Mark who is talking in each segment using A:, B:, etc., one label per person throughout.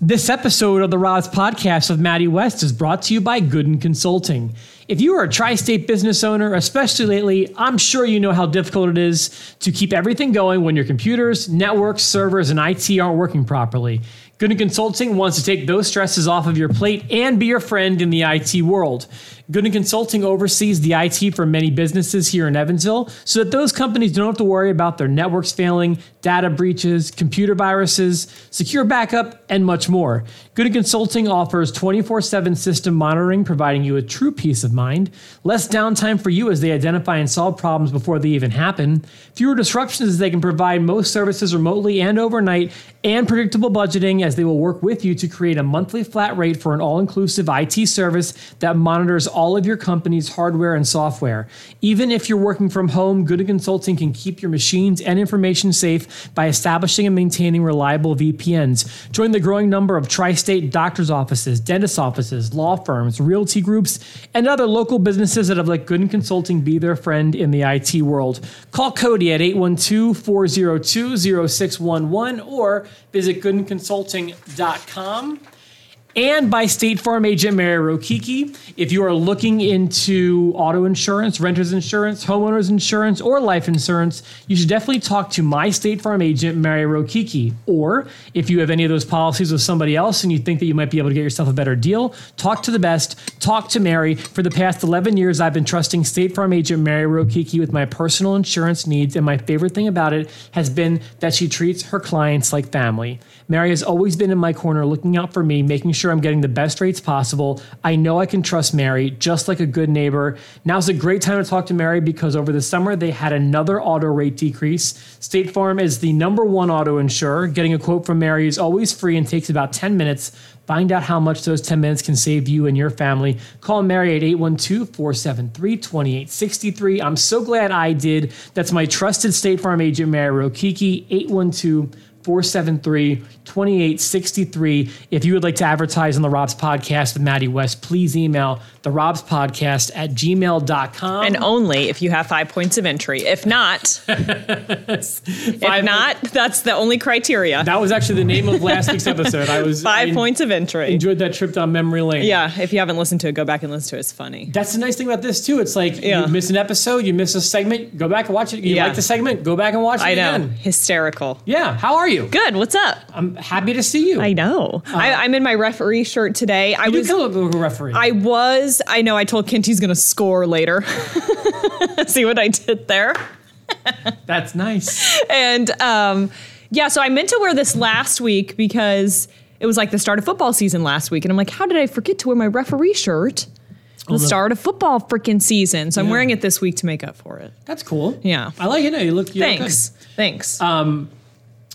A: This episode of the Roz Podcast with Maddie West is brought to you by Gooden Consulting. If you are a tri state business owner, especially lately, I'm sure you know how difficult it is to keep everything going when your computers, networks, servers, and IT aren't working properly. Gooden Consulting wants to take those stresses off of your plate and be your friend in the IT world. Gooden Consulting oversees the IT for many businesses here in Evansville so that those companies don't have to worry about their networks failing, data breaches, computer viruses, secure backup, and much more. Gooden Consulting offers 24 7 system monitoring, providing you a true peace of mind, less downtime for you as they identify and solve problems before they even happen, fewer disruptions as they can provide most services remotely and overnight, and predictable budgeting as they will work with you to create a monthly flat rate for an all inclusive IT service that monitors all of your company's hardware and software. Even if you're working from home, Good Consulting can keep your machines and information safe by establishing and maintaining reliable VPNs. Join the growing number of tri state doctor's offices, dentist offices, law firms, realty groups, and other local businesses that have let Good Consulting be their friend in the IT world. Call Cody at 812 402 0611 or visit goodenconsulting.com. And by State Farm agent Mary Rokiki. If you are looking into auto insurance, renter's insurance, homeowner's insurance, or life insurance, you should definitely talk to my State Farm agent Mary Rokiki. Or if you have any of those policies with somebody else and you think that you might be able to get yourself a better deal, talk to the best, talk to Mary. For the past 11 years, I've been trusting State Farm agent Mary Rokiki with my personal insurance needs, and my favorite thing about it has been that she treats her clients like family. Mary has always been in my corner, looking out for me, making sure I'm getting the best rates possible. I know I can trust Mary, just like a good neighbor. Now's a great time to talk to Mary because over the summer they had another auto rate decrease. State Farm is the number one auto insurer. Getting a quote from Mary is always free and takes about 10 minutes. Find out how much those 10 minutes can save you and your family. Call Mary at 812 473 2863. I'm so glad I did. That's my trusted State Farm agent, Mary Rokiki, 812- 473 2863. If you would like to advertise on the Robs Podcast with Maddie West, please email the Robs Podcast at gmail.com.
B: And only if you have five points of entry. If not, if
A: Five-
B: not, that's the only criteria.
A: that was actually the name of last week's episode. I was
B: five
A: I
B: points of entry.
A: Enjoyed that trip down memory lane.
B: Yeah, if you haven't listened to it, go back and listen to it. It's funny.
A: That's the nice thing about this too. It's like
B: Yeah.
A: you miss an episode, you miss a segment, go back and watch it. You
B: Yeah.
A: like the segment, go back and watch it
B: I know.
A: again.
B: Hysterical.
A: Yeah. How are you?
B: Good. What's up?
A: I'm happy to see you.
B: I know. I, I'm in my referee shirt today. I
A: uh, you
B: was.
A: do look like a referee.
B: I was. I know. I told Kent he's going to score later. See what I did there.
A: That's nice.
B: and um, yeah, so I meant to wear this last week because it was like the start of football season last week, and I'm like, how did I forget to wear my referee shirt? at The
A: no.
B: start of football freaking season, so I'm
A: Yeah.
B: wearing it this week to make up for it.
A: That's cool.
B: Yeah.
A: I like it. No, you look. You look
B: Thanks, thanks.
A: Uh, good.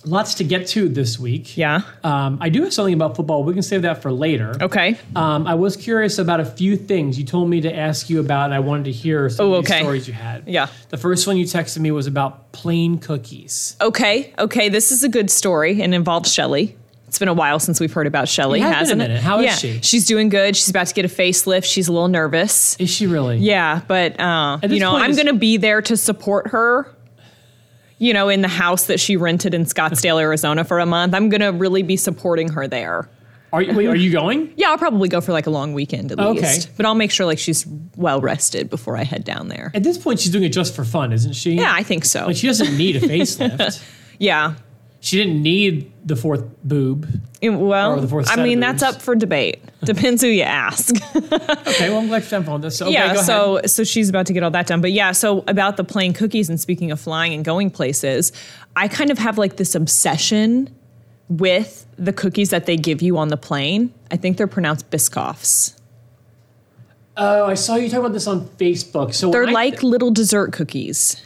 A: Lots to get to this week.
B: yeah.
A: Um, I do have something about football. We can save that for later.
B: Okay.
A: Um, I was curious about a few things you told me to ask you about, and I wanted to hear some
B: Oh,
A: of the
B: okay.
A: stories you had.
B: Yeah.
A: The first one you texted me was about plain cookies.
B: Okay. Okay. This is a good story and involves Shelly. It's been a while since we've heard about Shelly,
A: It has been a
B: hasn't it?
A: minute. How is
B: Yeah.
A: she?
B: She's doing good. She's about to get a facelift. She's a little nervous.
A: Is she really?
B: Yeah, but uh,
A: At
B: you
A: this
B: know,
A: point,
B: I'm
A: it's-
B: going to be there to support her. You know, in the house that she rented in Scottsdale, Arizona, for a month, I'm going to really be supporting her there.
A: Are you, wait, are you going?
B: Yeah, I'll probably go for like a long weekend at
A: Okay.
B: least, but I'll make sure like she's well rested before I head down there.
A: At this point, she's doing it just for fun, isn't she?
B: Yeah, I think so.
A: Like she doesn't need a facelift.
B: Yeah.
A: she didn't need the fourth boob.
B: It- well,
A: Or the fourth
B: I
A: set
B: mean,
A: of
B: that's
A: boobs.
B: up for debate. Depends who you ask.
A: Okay, well I'm glad you found this. So, okay,
B: yeah,
A: go ahead.
B: so so she's about to get all that done. But yeah, so about the playing cookies and speaking of flying and going places, I kind of have like this obsession with the cookies that they give you on the plane. I think they're pronounced Biscoffs.
A: Oh, I saw you talking about this on Facebook. So
B: They're
A: when I-
B: like little dessert cookies.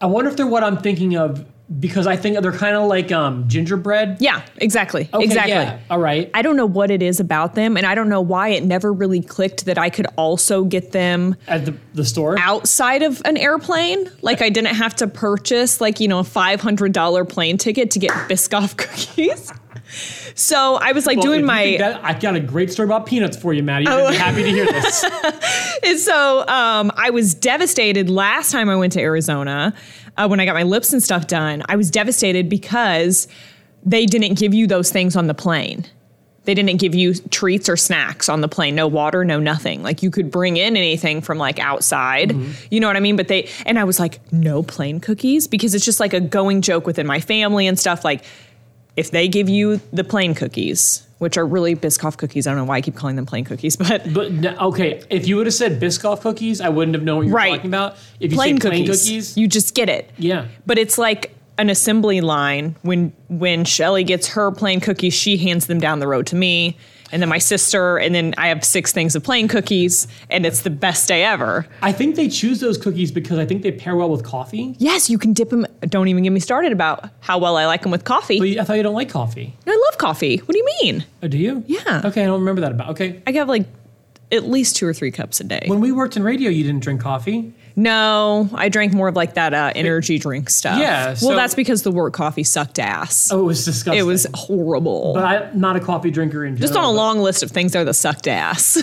A: I wonder if they're what I'm thinking of because I think they're kind of like um, gingerbread.
B: Yeah, exactly.
A: Okay,
B: exactly.
A: yeah, All right.
B: I don't know what it is about them and I don't know why it never really clicked that I could also get them
A: At the, the store.
B: outside of an airplane. Like I didn't have to purchase like, you know, a $500 plane ticket to get Biscoff cookies. So I was like
A: Well, if
B: doing
A: you
B: my Oh.
A: think that- I got a great story about peanuts for you, Maddie. You're gonna be happy to hear this.
B: And so um, I was devastated last time I went to Arizona uh, when I got my lips and stuff done. I was devastated because they didn't give you those things on the plane. they didn't give you treats or snacks on the plane, no water, no nothing. Like you could bring in anything from like outside. You know what I mean? But they and I was like, no plain cookies because it's just like a going joke within my family and stuff like if they give you the plain cookies, which are really Biscoff cookies, I don't know why I keep calling them plain cookies, but
A: But no, okay, if you would have said Biscoff cookies, I wouldn't have known what you were
B: Right.
A: talking about. If you
B: plain
A: say plain
B: cookies.
A: cookies,
B: You just get it.
A: yeah,
B: But it's like an assembly line when when Shelly gets her plain cookies, she hands them down the road to me. And then my sister, and then I have six things of plain cookies, and it's the best day ever.
A: I think they choose those cookies because I think they pair well with coffee.
B: Yes, you can dip them. Don't even get me started about how well I like them with coffee.
A: But I thought you don't like coffee.
B: I love coffee. What do you mean?
A: Oh, do you?
B: Yeah.
A: Okay, I don't remember that about. Okay,
B: I have like at least two or three cups a day.
A: when we worked in radio, you didn't drink coffee.
B: No, I drank more of like that uh, energy drink stuff.
A: Yeah, so-
B: well, that's because the work coffee sucked ass.
A: Oh, it was disgusting.
B: it was horrible.
A: But I'm not a coffee drinker in
B: Just on a
A: general,
B: long list of things there that sucked ass.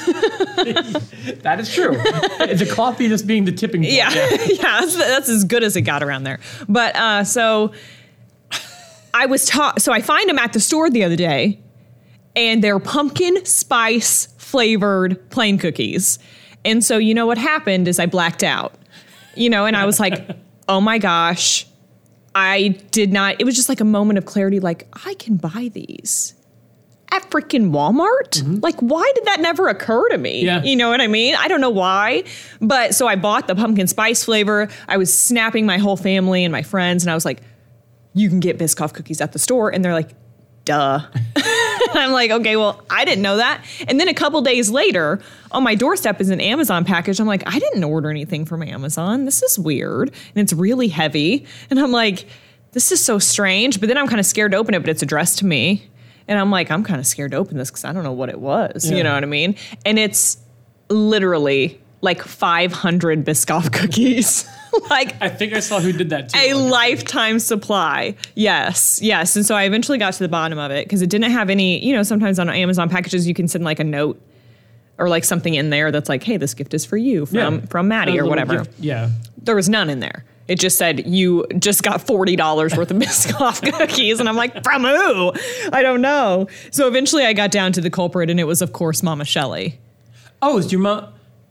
A: but That is true. the coffee just being the tipping point.
B: yeah, yeah, that's, that's as good as it got around there. But uh, so I was taught. So I find them at the store the other day, and they're pumpkin spice flavored plain cookies. And so you know what happened is I blacked out. You know, and I was like, oh my gosh, I did not. It was just like a moment of clarity. Like I can buy these. At freaking Walmart? Like, why did that never occur to me?
A: Yeah.
B: You know what I mean? I don't know why. But so I bought the pumpkin spice flavor. I was snapping my whole family and my friends, and I was like, you can get Biscoff cookies at the store. And they're like, duh. And I'm like, okay, well, I didn't know that. And then a couple days later, on my doorstep is an Amazon package. I'm like, I didn't order anything from Amazon. This is weird. And it's really heavy. And I'm like, this is so strange. But then I'm kind of scared to open it, but it's addressed to me. And I'm like, I'm kind of scared to open this because I don't know what it was.
A: Yeah.
B: You know what I mean? And it's literally like 500 Biscoff cookies. like,
A: I think I saw who did that too.
B: a lifetime supply. Yes, yes. And so I eventually got to the bottom of it because it didn't have any, you know, sometimes on Amazon packages you can send like a note or like something in there that's like, hey, this gift is for you from,
A: Yeah.
B: from
A: A
B: Maddie or
A: little
B: whatever.
A: gift- yeah.
B: There was none in there. It just said you just got forty dollars worth of Biscoff cookies, and I'm like, from who? I don't know. So eventually, I got down to the culprit, and it was, of course, Mama Shelley.
A: Oh, it's your mom.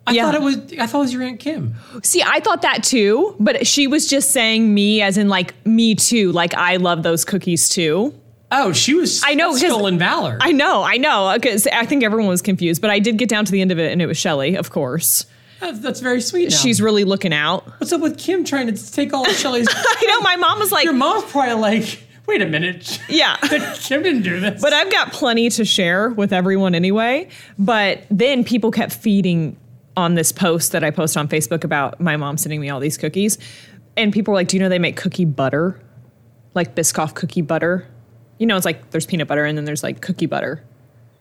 A: I
B: Yeah.
A: thought it was. I thought it was your aunt Kim.
B: See, I thought that too, but she was just saying me as in like me too, like I love those cookies too.
A: Oh, she was.
B: I know, 'cause-
A: stolen valor.
B: I know, I know, because I think everyone was confused, but I did get down to the end of it and it was Shelly, of course.
A: That's, that's very sweet. now.
B: She's really looking out.
A: What's up with Kim trying to take all of Shelly's?
B: I know, my mom was like,
A: your mom's probably like, wait a minute.
B: yeah.
A: Kim didn't do this.
B: But I've got plenty to share with everyone anyway. But then people kept feeding on this post that I post on Facebook about my mom sending me all these cookies. And people were like, Do you know they make cookie butter? Like Biscoff cookie butter? You know, it's like there's peanut butter and then there's like cookie butter.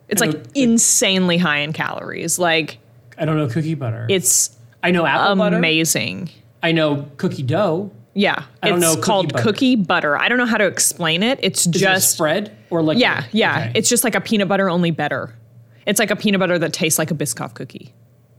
B: It's
A: I
B: like
A: don't-
B: insanely high in calories. Like
A: I don't know cookie butter.
B: it's
A: I know apple butter.
B: amazing.
A: I know cookie dough.
B: Yeah.
A: I don't
B: it's
A: know cookie
B: called
A: butter.
B: cookie butter. I don't know how to explain it. It's
A: Is it a
B: just
A: spread or like
B: Yeah, yeah.
A: okay.
B: It's just like a peanut butter only better. It's like a peanut butter that tastes like a Biscoff cookie.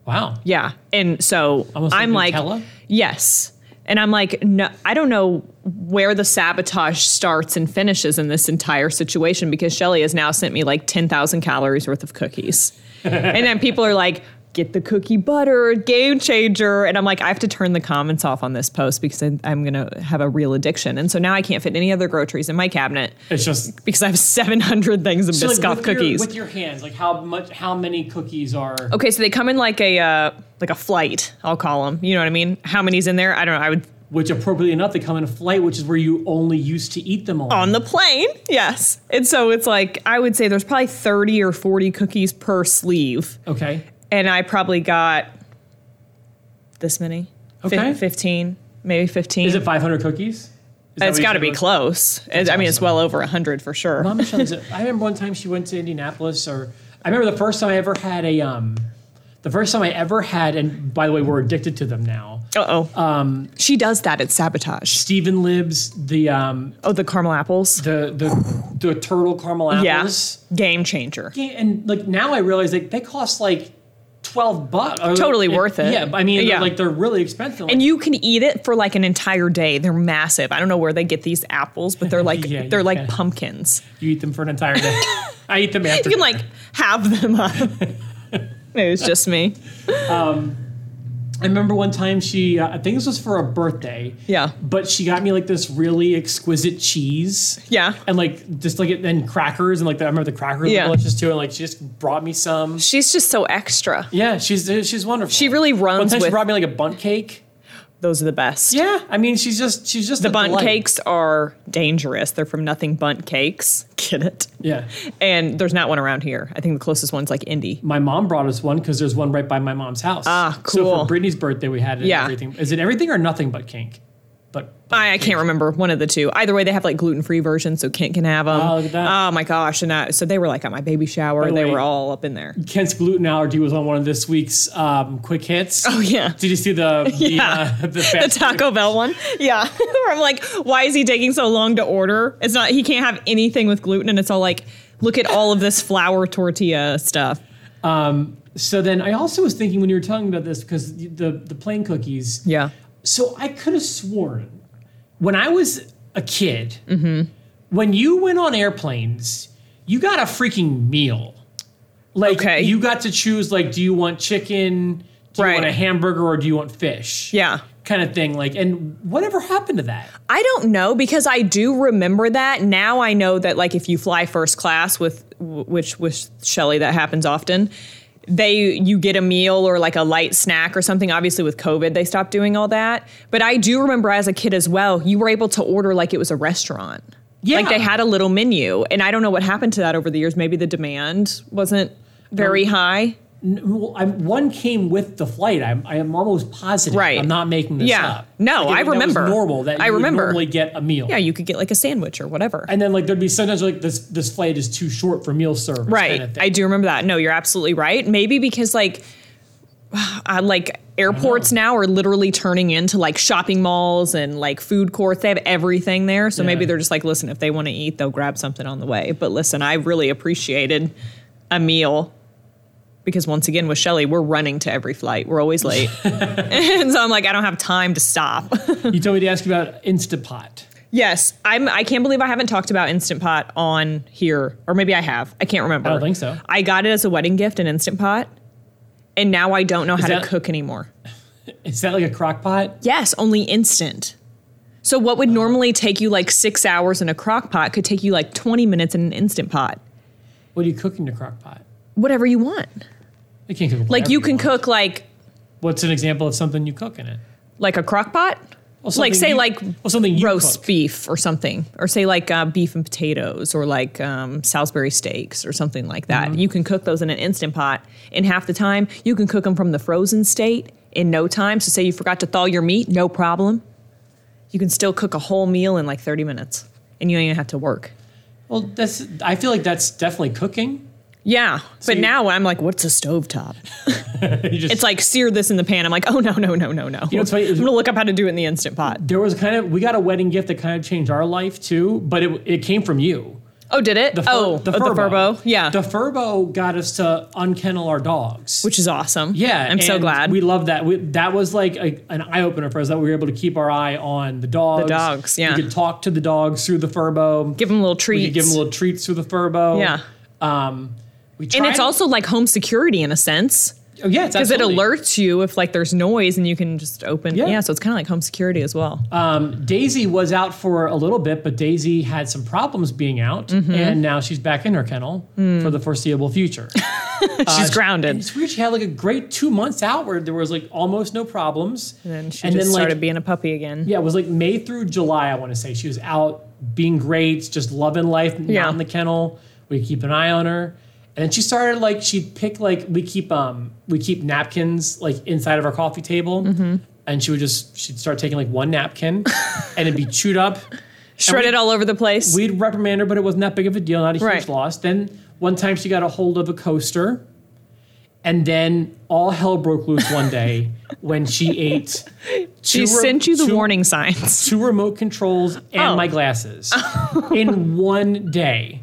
A: wow.
B: Yeah. And so
A: Almost like
B: I'm like,
A: Oh, Nutella?
B: yes. And I'm like, no, I don't know where the sabotage starts and finishes in this entire situation because Shelly has now sent me like 10,000 calories worth of cookies. and then people are like, get the cookie butter, game changer. And I'm like, I have to turn the comments off on this post because I, I'm going to have a real addiction. And so now I can't fit any other groceries in my cabinet
A: It's just
B: because I have 700 things of
A: so like,
B: Biscoff
A: with your-
B: cookies. Oh.
A: with your hands. Like how much? How many cookies are?
B: okay, so they come in like a uh, like a flight. I'll call them. You know what I mean? How many's in there? I don't know. I would
A: Which appropriately enough, they come in a flight, which is where you only used to eat them all.
B: on the plane. Yes, and so it's like I would say there's probably 30 or 40 cookies per sleeve,
A: okay.
B: and I probably got this many. Fif-
A: Okay.
B: 15, maybe 15.
A: Is it 500 cookies? Is that
B: it's
A: what you
B: got to
A: said
B: be
A: it was?
B: close. It- I mean, it's well over 100 for sure.
A: Mom Michelle is a- I remember one time she went to Indianapolis, or I remember the first time I ever had a um, the first time I ever had, and by the way, we're addicted to them now.
B: Uh oh. Um, she does that. It's sabotage.
A: Stephen Libs, the um,
B: Oh, the caramel apples.
A: the the the turtle caramel
B: yeah.
A: apples,
B: Game changer.
A: and like now I realize like they cost like. twelve bucks. or-
B: Totally worth it.
A: Yeah, I mean,
B: Yeah.
A: like they're really expensive. Like,
B: And you can eat it for like an entire day. They're massive. I don't know where they get these apples, but they're like
A: Yeah, you
B: they're like
A: can.
B: pumpkins.
A: you eat them for an entire day. I eat them after.
B: You can like have them up. Maybe it's just me.
A: I remember one time she, uh, I think this was for a birthday.
B: Yeah.
A: But she got me like this really exquisite cheese.
B: Yeah.
A: And like just like it, and crackers and like the, I remember the crackers
B: Yeah.
A: were delicious too. And like she just brought me some.
B: She's just so extra.
A: Yeah, she's she's wonderful.
B: She really
A: One
B: runs
A: time she
B: with
A: brought me like a bunt cake.
B: those are the best.
A: Yeah, I mean she's just she's just
B: The
A: a
B: bunt
A: delight.
B: cakes are dangerous. They're from Nothing Bunt Cakes. Get it?
A: Yeah,
B: And there's not one around here. I think the closest one's like Indy.
A: my mom brought us one because there's one right by my mom's house.
B: Ah,
A: So
B: cool.
A: for Brittany's birthday, we had it.
B: Yeah.
A: Yeah. Everything is it everything or nothing but cake, but
B: I, I can't remember one of the two. Either way, they have like gluten free versions, so Kent can have them.
A: Oh, look at that.
B: Oh my gosh! And I, so they were like at my baby shower.
A: By the
B: They
A: way-
B: were all up in there.
A: Kent's gluten allergy was on one of this week's um, quick hits.
B: Oh yeah,
A: Did you see the the,
B: Yeah.
A: uh, the,
B: the
A: fast
B: Taco Bell one. Yeah, where I'm like, why is he taking so long to order? It's not. He can't have anything with gluten, and it's all like, look at all of this flour tortilla stuff.
A: So then I also was thinking when you were talking about this because the the, the plain cookies.
B: Yeah.
A: So I could have sworn when I was a kid,
B: Mm-hmm.
A: when you went on airplanes, you got a freaking meal. Like
B: Okay.
A: you got to choose like, do you want chicken? Do you
B: Right.
A: want a hamburger or do you want fish?
B: Yeah.
A: Kind of thing. Like, and whatever happened to that?
B: I don't know because I do remember that. Now I know that like if you fly first class with which with Shelly that happens often, they you get a meal or like a light snack or something. Obviously with COVID they stopped doing all that. But I do remember as a kid as well, you were able to order like it was a restaurant.
A: Yeah.
B: Like they had a little menu and I don't know what happened to that over the years. Maybe the demand wasn't very high.
A: N- well, I'm, one came with the flight. I'm, I am almost positive.
B: Right.
A: I'm not making this
B: Yeah.
A: up. Like,
B: No, I
A: it- that was
B: remember.
A: normal that
B: I
A: you would
B: remember.
A: normally get a meal.
B: Yeah, you could get like a sandwich or whatever.
A: And then like there'd be sometimes like this this flight is too short for meal service.
B: right
A: Kind of thing.
B: i do remember that no you're absolutely right maybe because like I like airports now are literally turning into like shopping malls and like food courts they have everything there so maybe
A: Yeah.
B: they're just like listen if they want to eat they'll grab something on the way but listen i really appreciated a meal because once again with shelly we're running to every flight we're always late and so i'm like i don't have time to stop
A: you told me to ask you about Instapot.
B: yes i'm i can't believe i haven't talked about instant pot on here or maybe i have i can't remember
A: I don't think so.
B: I got it as a wedding gift, an Instant Pot, and now I don't know how
A: that-
B: to cook anymore.
A: Is that like a crock pot?
B: Yes, only instant. So what would normally take you like six hours in a crock pot could take you like 20 minutes in an Instant Pot.
A: What do you cook in your crock pot?
B: Whatever you want.
A: You can't cook whatever
B: Like you can
A: want.
B: cook like
A: What's an example of something you cook in it?
B: like a crock pot.
A: Well, something
B: like say
A: you-
B: like
A: well, something you
B: roast
A: cook.
B: beef or something, or say like uh, beef and potatoes, or like um, Salisbury steaks or something like that.
A: Mm-hmm.
B: You can cook those in an instant pot, and half the time you can cook them from the frozen state in no time. So say you forgot to thaw your meat, no problem. You can still cook a whole meal in like thirty minutes, and you don't even have to work.
A: Well, that's I feel like that's definitely cooking.
B: Yeah, but
A: you-
B: now I'm like, what's a stovetop?
A: You just-
B: It's like sear this in the pan. I'm like, oh no, no, no, no, no.
A: know what's funny
B: I'm
A: is-
B: gonna look up how to do it in the instant pot.
A: there was kind of we got a wedding gift that kind of changed our life too, but it it came from you.
B: Oh, did it?
A: The fur-
B: oh, the, the Furbo. Yeah.
A: The Furbo got us to unkennel our dogs.
B: which is awesome.
A: Yeah,
B: I'm so
A: and
B: glad.
A: We love that. We, that was like a, an eye opener for us that we were able to keep our eye on the dogs.
B: The dogs, yeah.
A: We could talk to the dogs through the Furbo.
B: give them little treats.
A: we could give them little treats through the Furbo.
B: Yeah.
A: Um, we tried,
B: and it's also like home security in a sense
A: oh, yeah, it's
B: because it
A: absolutely-
B: alerts you if like there's noise and you can just open.
A: Yeah.
B: Yeah. so it's kind of like home security as well.
A: Um, Daisy was out for a little bit, but Daisy had some problems being out,
B: Mm-hmm.
A: and now she's back in her kennel for the foreseeable future.
B: Hmm.
A: Uh,
B: She's
A: and
B: grounded.
A: it's weird. She had like a great two months out where there was like almost no problems,
B: And then she just started being a puppy again.
A: Yeah, it was like May through July, I want to say. She was out being great, just loving life,
B: Yeah.
A: not in the kennel. We keep an eye on her. And then she started like she'd pick like we keep um we keep napkins like inside of our coffee table.
B: Mm-hmm.
A: And she would just she'd start taking like one napkin and it'd be chewed up.
B: Shredded all over the place.
A: We'd reprimand her, but it wasn't that big of a deal, not a huge
B: Right.
A: loss. Then one time she got a hold of a coaster. And then all hell broke loose one day when she ate.
B: she
A: two re-
B: sent you the
A: two-
B: warning signs.
A: two remote controls and
B: Oh.
A: my glasses in one day.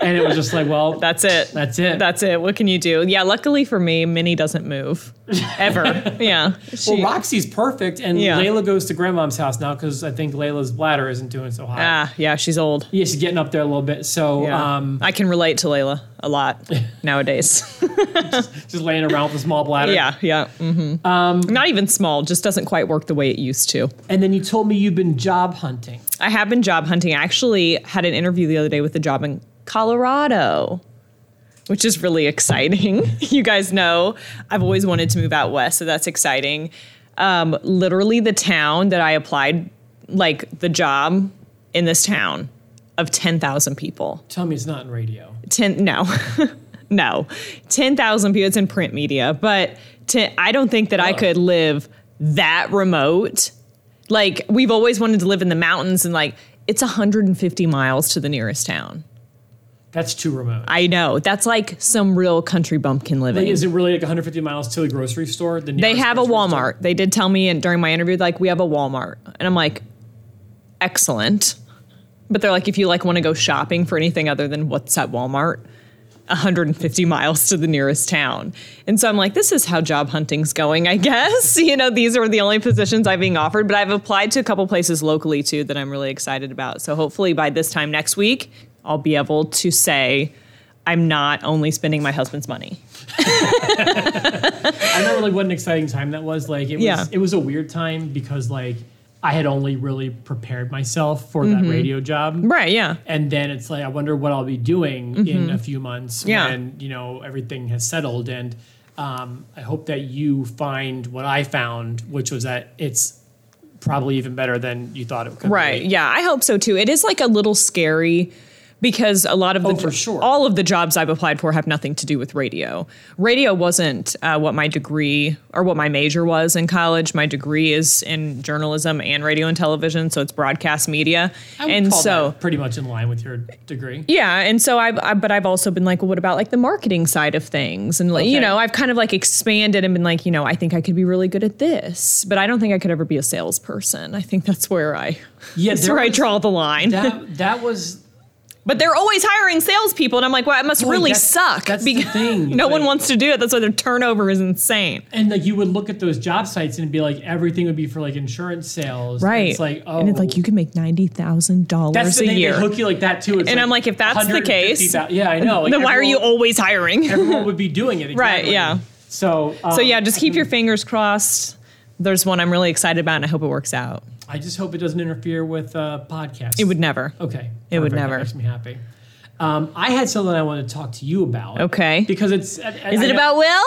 A: and it was just like, well,
B: That's it.
A: That's it.
B: That's it. What can you do? Yeah, luckily for me, Minnie doesn't move ever. yeah.
A: well,
B: She-
A: Roxy's perfect, and
B: Yeah.
A: Layla goes to grandmom's house now because I think Layla's bladder isn't doing so hot.
B: ah, yeah, she's old.
A: Yeah, she's getting up there a little bit. So
B: Yeah.
A: um,
B: I can relate to Layla a lot nowadays.
A: just laying around with a small bladder.
B: yeah, yeah. hmm Um, Not even small, just doesn't quite work the way it used to.
A: And then you told me you've been job hunting.
B: I have been job hunting. I actually had an interview the other day with a job in Colorado, which is really exciting. you guys know I've always wanted to move out west, so that's exciting. Um, literally, the town that I applied, like the job in this town of 10,000 people.
A: Tell me it's not in radio.
B: 10 no no 10,000 people it's in print media but 10, I don't think that I
A: Oh.
B: could live that remote like we've always wanted to live in the mountains and like it's 150 miles to the nearest town
A: That's too remote.
B: I know that's like some real country bumpkin living
A: Like, is it really like 150 miles to the grocery store? The
B: they
A: nearest
B: have a
A: grocery store?
B: Walmart they did tell me and during my interview like we have a Walmart and I'm like excellent but they're like if you like want to go shopping for anything other than what's at Walmart 150 miles to the nearest town. And so I'm like, this is how job hunting's going, I guess. You know, these are the only positions I'm being offered, but I've applied to a couple places locally too that I'm really excited about. So hopefully by this time next week, I'll be able to say I'm not only spending my husband's money.
A: I remember like what an exciting time that was. Like it
B: Yeah.
A: was it was a weird time because like I had only really prepared myself for that radio job.
B: Mm-hmm. Right, yeah.
A: And then it's like I wonder what I'll be doing in a few months
B: Yeah.
A: when, you know, everything has settled. And um, I hope that you find what I found, which was that it's probably even better than you thought it could
B: Right.
A: be.
B: Yeah, I hope so too. It is like a little scary because a lot of the
A: Oh, for sure.
B: all of the jobs I've applied for have nothing to do with radio. Radio wasn't uh, what my degree or what my major was in college. My degree is in journalism and radio and television, so it's broadcast media.
A: I would
B: and
A: call
B: so
A: that pretty much in line with your degree.
B: yeah, and so I've, I, but I've also been like, well, what about like the marketing side of things? And like, you
A: Okay.
B: know, I've kind of like expanded and been like, you know, I think I could be really good at this, but I don't think I could ever be a salesperson. I think that's where I,
A: Yeah,
B: that's
A: there
B: where I
A: was-
B: draw the line.
A: That that was
B: But they're always hiring salespeople, and I'm like, well, it must
A: Boy,
B: really
A: that's-
B: suck.
A: that's the
B: because
A: thing,
B: no one
A: like-
B: wants to do it. That's why their turnover is insane.
A: and like you would look at those job sites and it'd be like everything would be for like insurance sales. And
B: Right.
A: It's like oh
B: and it's like you can make ninety thousand
A: that's
B: dollars
A: the
B: a
A: thing, they
B: year.
A: hook you like that too. It's
B: And I'm like, if that's the case,
A: 150,000 yeah, I know. Like
B: then why are you
A: everyone-
B: always hiring?
A: everyone would be doing it.
B: Right,
A: exactly.
B: yeah.
A: So um,
B: so yeah, just keep your fingers crossed. There's one I'm really excited about, and I hope it works out.
A: I just hope it doesn't interfere with uh, podcasts.
B: It would never.
A: Okay.
B: It would
A: perfect.
B: never.
A: That makes me happy. Um, I had something I wanted to talk to you about.
B: Okay.
A: Because it's
B: Is it about Will?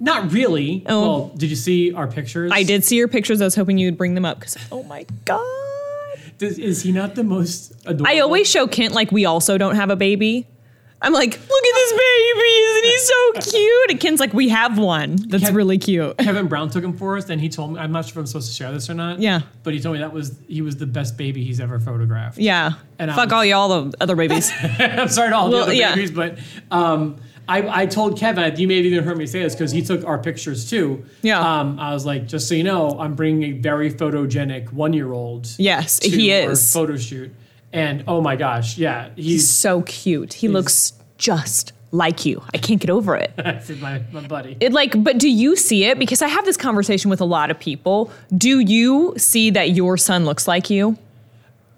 A: Not really.
B: Oh.
A: Well, did you see our pictures?
B: I did see your pictures. I was hoping you'd bring them up because oh my god,
A: Does, is he not the most adorable?
B: I always show Kent like we also don't have a baby. I'm like, look at this baby, isn't he so cute? And Ken's like, we have one. That's
A: Ken-
B: really cute.
A: Kevin Brown took him for us, and he told me I'm not sure if I'm supposed to share this or not.
B: Yeah.
A: But he told me that was he was the best baby he's ever photographed.
B: Yeah.
A: And I
B: Fuck
A: was-
B: all y'all the other babies.
A: I'm sorry to all
B: Well,
A: the other
B: yeah.
A: babies, but um, I, I told Kevin, you may have even heard me say this because he took our pictures too.
B: Yeah.
A: Um, I was like, just so you know, I'm bringing a very photogenic one year old.
B: Yes,
A: to
B: he
A: our
B: is.
A: photo shoot. And oh my gosh, yeah,
B: He's
A: he's
B: so cute. He looks just like you. I can't get over it.
A: my, my buddy.
B: It like, but do you see it? Because I have this conversation with a lot of people. Do you see that your son looks like you?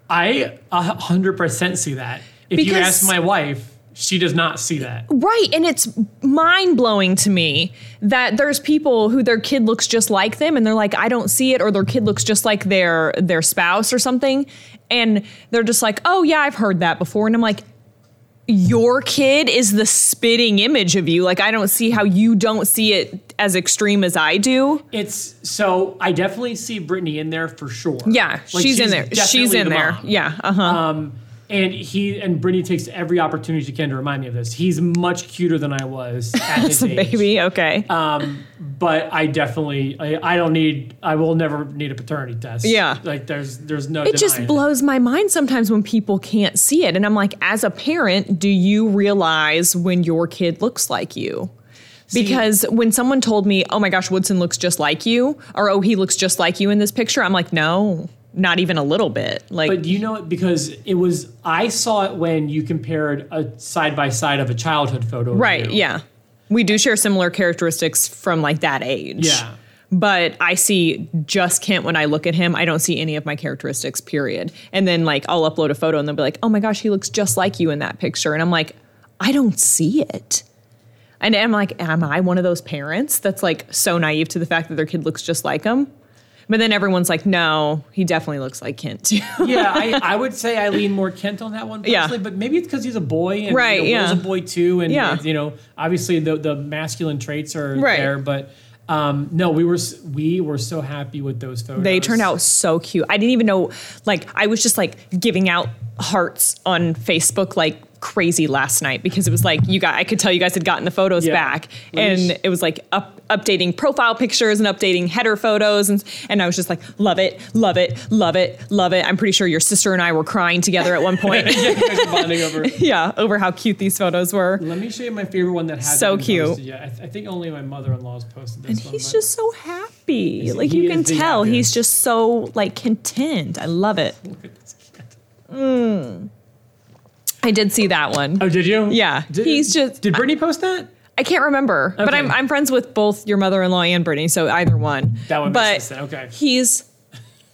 A: I a hundred percent see that. If you
B: Because-
A: ask my wife, she does not see that.
B: Right. And it's mind blowing to me that there's people who their kid looks just like them and they're like, I don't see it, or their kid looks just like their their spouse or something. And they're just like, Oh yeah, I've heard that before. And I'm like, Your kid is the spitting image of you. Like, I don't see how you don't see it as extreme as I do.
A: It's so I definitely see Brittany in there for sure.
B: Yeah,
A: Like,
B: she's, in there. She's
A: definitely
B: in
A: the
B: there.
A: mom.
B: Yeah. Uh-huh.
A: And he and Brittany takes every opportunity she can to remind me of this. He's much cuter than I was at his
B: It's a
A: age.
B: baby. Okay.
A: Um, but I definitely, I, I don't need, I will never need a paternity test.
B: Yeah.
A: like there's, there's no.
B: It just
A: denying
B: blows my mind sometimes when people can't see it. And I'm like, as a parent, do you realize when your kid looks like you? Because when someone told me, oh my gosh, Woodson looks just like you, or oh, he looks just like you in this picture, I'm like, no, not even a little bit. Like
A: But you know it because it was I saw it when you compared a side by side of a childhood photo. of
B: Right.
A: you.
B: Yeah. We do share similar characteristics from like that age.
A: Yeah.
B: But I see just Kent when I look at him. I don't see any of my characteristics, period. And then like I'll upload a photo and they'll be like, oh my gosh, he looks just like you in that picture. And I'm like, I don't see it. And I'm like, am I one of those parents that's like so naive to the fact that their kid looks just like him? But then everyone's like, no, he definitely looks like Kent too.
A: yeah, I, I would say I lean more Kent on that one
B: Yeah.
A: personally, but maybe it's because he's a boy and
B: Right,
A: you know, Will's
B: yeah.
A: a boy too, and
B: Yeah.
A: and, you know, obviously the the masculine traits are
B: Right.
A: there, but um, no, we were s- we were so happy with those photos.
B: They turned out so cute. I didn't even know, like, I was just like giving out hearts on Facebook like crazy last night because it was like you got I could tell you guys had gotten the photos
A: Yeah.
B: back
A: We
B: and
A: just-
B: it was like up, updating profile pictures and updating header photos and and I was just like love it love it love it love it I'm pretty sure your sister and I were crying together at one point
A: Yeah, you guys are bonding over.
B: yeah over how cute these photos were
A: Let me show you my favorite one that hasn't
B: So
A: been
B: cute.
A: posted yet. I, th- I think only my mother in law's posted this
B: and
A: one.
B: he's
A: but-
B: just so happy
A: He's-
B: like
A: he
B: you
A: is
B: can
A: the
B: tell he's
A: happiest.
B: just so like content I love it
A: Look at this kid.
B: I did see that one
A: Oh, did you?
B: Yeah,
A: Did,
B: he's just-
A: Did Brittany post that?
B: I can't remember, but
A: Okay.
B: I'm I'm friends with both your mother-in-law and Brittany, so either one.
A: That one
B: but
A: makes sense. Okay.
B: He's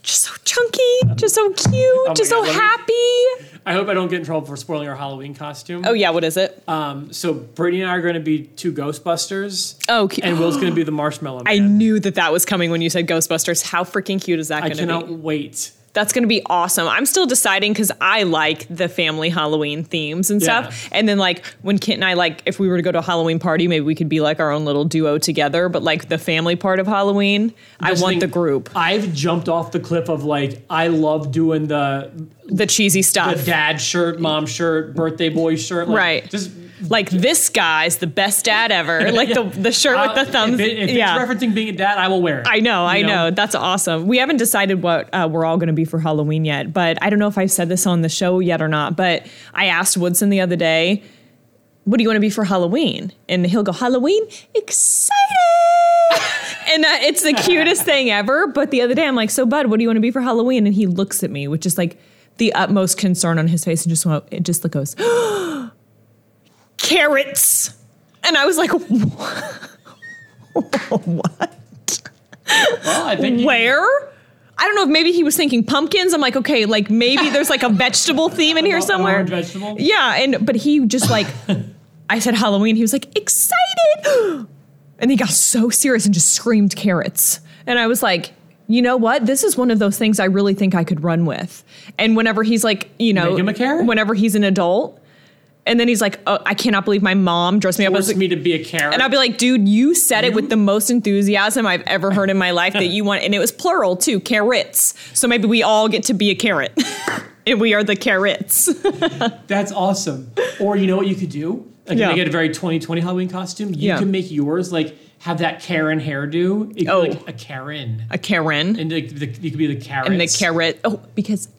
B: just so chunky, just so cute, just so
A: Oh God, let me-
B: happy.
A: I hope I don't get in trouble for spoiling our Halloween costume.
B: Oh yeah, what is it?
A: Um, so Brittany and I are going to be two Ghostbusters.
B: Oh, cute.
A: And Will's going to be the Marshmallow Man.
B: I knew that that was coming when you said Ghostbusters. How freaking cute is that
A: I
B: going to
A: cannot
B: be?
A: wait.
B: That's going to be awesome. I'm still deciding because I like the family Halloween themes and
A: Yeah.
B: stuff. And then like when Kent and I like, if we were to go to a Halloween party, maybe we could be like our own little duo together. But like the family part of Halloween, I
A: Just
B: want
A: think,
B: the group,
A: I've jumped off the cliff of like I love doing the
B: the cheesy
A: the
B: stuff.
A: dad shirt, mom shirt, birthday boy shirt. Like,
B: Right.
A: Just
B: like this guy's the best dad ever. Like the the shirt
A: uh,
B: with the thumbs.
A: If, it, if
B: yeah.
A: it's referencing being a dad, I will wear it.
B: I know, I
A: you
B: know. That's awesome. We haven't decided what uh, we're all going to be for Halloween yet, but I don't know if I've said this on the show yet or not. But I asked Woodson the other day, "What do you want to be for Halloween?" And he'll go, "Halloween, excited!" and uh, it's the cutest thing ever. But the other day, I'm like, "So, Bud, what do you want to be for Halloween?" And he looks at me with just like the utmost concern on his face, and just went- it just goes, "Carrots." And I was like,
A: Well, I think you-
B: where I don't know if maybe he was thinking pumpkins. I'm like, okay, like maybe there's like a vegetable theme in here
A: An
B: somewhere.
A: orange vegetable?
B: Yeah, and but he just like I said Halloween, he was like excited. And he got so serious and just screamed carrots. And I was like, you know what? This is one of those things I really think I could run with. And whenever he's like, you know,
A: Make him a carrot?
B: whenever he's an adult, and then he's like, oh, I cannot believe my mom dressed me up as
A: forced
B: a
A: me to be a carrot.
B: and I'll be like, dude, you said it with the most enthusiasm I've ever heard in my life that you want. And it was plural too, carrots. So maybe we all get to be a carrot. and we are the carrots.
A: That's awesome. Or you know what you could do? Like
B: Yeah.
A: yeah. get a very 2020 Halloween costume. You
B: Yeah.
A: can make yours like have that Karen hairdo. It could
B: Oh.
A: be like a Karen.
B: A Karen.
A: And like the, you could be the Karen.
B: And the carrot. Oh, because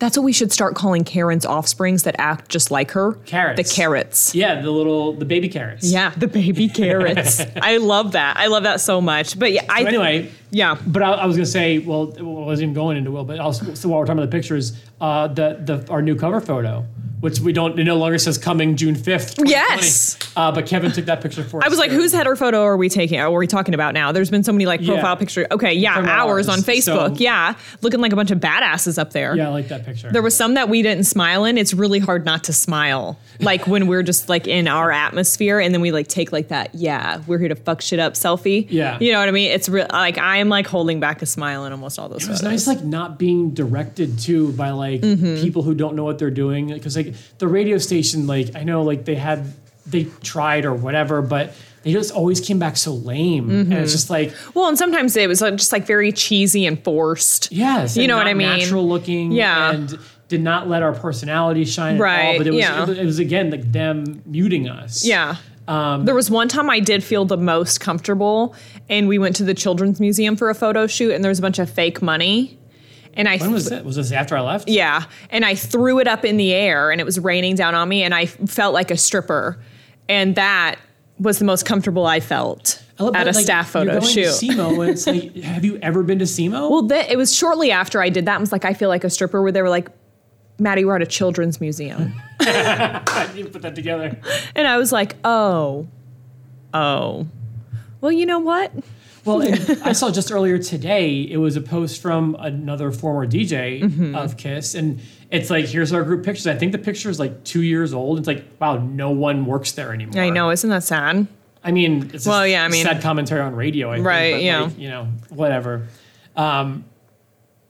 B: that's what we should start calling Karen's offsprings that act just like her.
A: Carrots.
B: The carrots.
A: Yeah, the little the baby carrots.
B: Yeah, the baby carrots. I love that. I love that so much. But yeah, I
A: So anyway,
B: yeah.
A: but I, I was gonna say, well, I wasn't even going into Will, but also so while we're talking about the pictures, uh, the the our new cover photo, which we don't it no longer says coming June fifth.
B: Yes.
A: Uh, but Kevin took that picture for us.
B: I was like, whose header photo are we taking? Are we talking about now? There's been so many like
A: Yeah.
B: profile picture. Okay, yeah,
A: From
B: ours,
A: ours,
B: on Facebook.
A: so-
B: Yeah, looking like a bunch of badasses up there.
A: Yeah, I like that picture.
B: There was some that we didn't smile in. It's really hard not to smile, like when we're just like in our atmosphere, and then we like take like that. Yeah, we're here to fuck shit up selfie.
A: Yeah.
B: you know what I mean. It's re- like I am like holding back a smile in almost all those.
A: It was nice,
B: photos.
A: like not being directed to by like
B: Mm-hmm.
A: people who don't know what they're doing. Because like the radio station, like I know, like they had they tried or whatever, but they just always came back so lame,
B: Mm-hmm.
A: and it's just like
B: Well, and sometimes it was like, just like very cheesy and forced.
A: yes,
B: You
A: and
B: know what
A: not
B: I mean?
A: Natural looking,
B: Yeah.
A: and did not let our personality shine at
B: Right,
A: all. But it was
B: yeah.
A: it, was, it was, again like them muting us.
B: Yeah.
A: Um,
B: there was one time I did feel the most comfortable, and we went to the Children's Museum for a photo shoot, and there was a bunch of fake money. And I
A: When was that? Was this after I left?
B: yeah, and I threw it up in the air, and it was raining down on me, and I felt like a stripper, and that was the most comfortable I felt.
A: love-
B: at a
A: like,
B: staff photo
A: you're going
B: shoot.
A: To SEMO, and it's like, have you ever been to SEMO?
B: Well, that, it was shortly after I did that. I was like, I feel like a stripper where they were like, Maddie, we're at a children's museum.
A: you put that together.
B: and I was like, oh, oh. Well, you know what?
A: Well, and I saw just earlier today, it was a post from another former DJ
B: Mm-hmm.
A: of Kiss, and it's like, here's our group pictures. I think the picture is like two years old. It's like, wow, no one works there anymore.
B: I know, isn't that sad?
A: I mean, it's
B: Well,
A: just
B: yeah, I mean-
A: sad commentary on radio. I think,
B: Right,
A: but,
B: yeah.
A: like, you know, whatever. Um,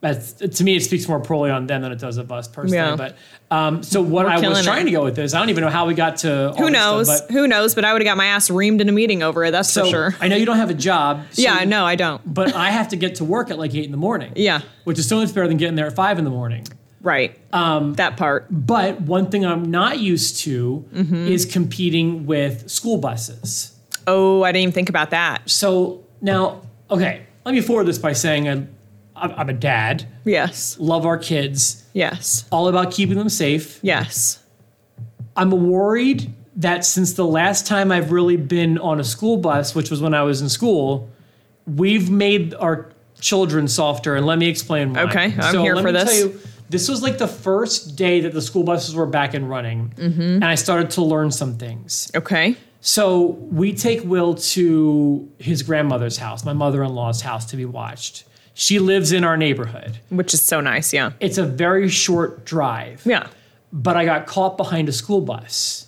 A: that's to me, it speaks more poorly on them than it does of us personally.
B: Yeah.
A: But um, so what I
B: killing
A: was
B: it.
A: trying to go with this, I don't even know how we got to. All
B: Who
A: this
B: knows?
A: Stuff, but,
B: Who knows? But I would have got my ass reamed in a meeting over it. That's
A: so
B: for sure.
A: I know you don't have a job. So,
B: yeah, no, I don't.
A: But I have to get to work at like eight in the morning.
B: Yeah.
A: Which is so much better than getting there at five in the morning.
B: Right.
A: Um,
B: that part.
A: But one thing I'm not used to
B: Mm-hmm.
A: is competing with school buses.
B: Oh, I didn't even think about that.
A: So now, okay, let me forward this by saying I, I'm I'm a dad,
B: Yes.
A: love our kids,
B: Yes.
A: all about keeping them safe.
B: Yes.
A: I'm worried that since the last time I've really been on a school bus, which was when I was in school, we've made our children softer. And let me explain why.
B: Okay, I'm
A: so
B: here
A: let
B: for
A: me
B: this.
A: Tell you, this was like the first day that the school buses were back and running,
B: Mm-hmm.
A: and I started to learn some things.
B: Okay.
A: So we take Will to his grandmother's house, my mother in law's house, to be watched. She lives in our neighborhood.
B: Which is so nice. Yeah.
A: It's a very short drive,
B: Yeah.
A: but I got caught behind a school bus.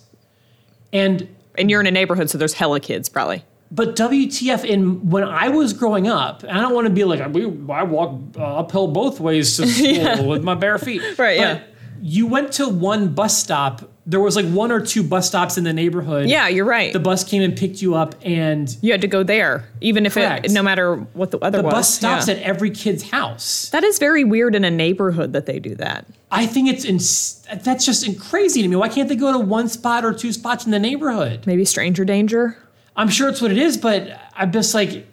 A: And,
B: And you're in a neighborhood, so there's hella kids probably.
A: but WTF, in when I was growing up, and I don't want to be like, we, I walk uh, uphill both ways to school with my bare feet. But
B: Right, yeah.
A: You went to one bus stop. There was like one or two bus stops in the neighborhood.
B: Yeah, you're right.
A: The bus came and picked you up and
B: you had to go there, even if
A: Correct.
B: it, no matter what the weather
A: The
B: was.
A: bus stops
B: Yeah.
A: at every kid's house.
B: That is very weird in a neighborhood that they do that.
A: I think it's ins- that's just in- crazy to me. Why can't they go to one spot or two spots in the neighborhood?
B: Maybe stranger danger.
A: I'm sure it's what it is, but I'm just like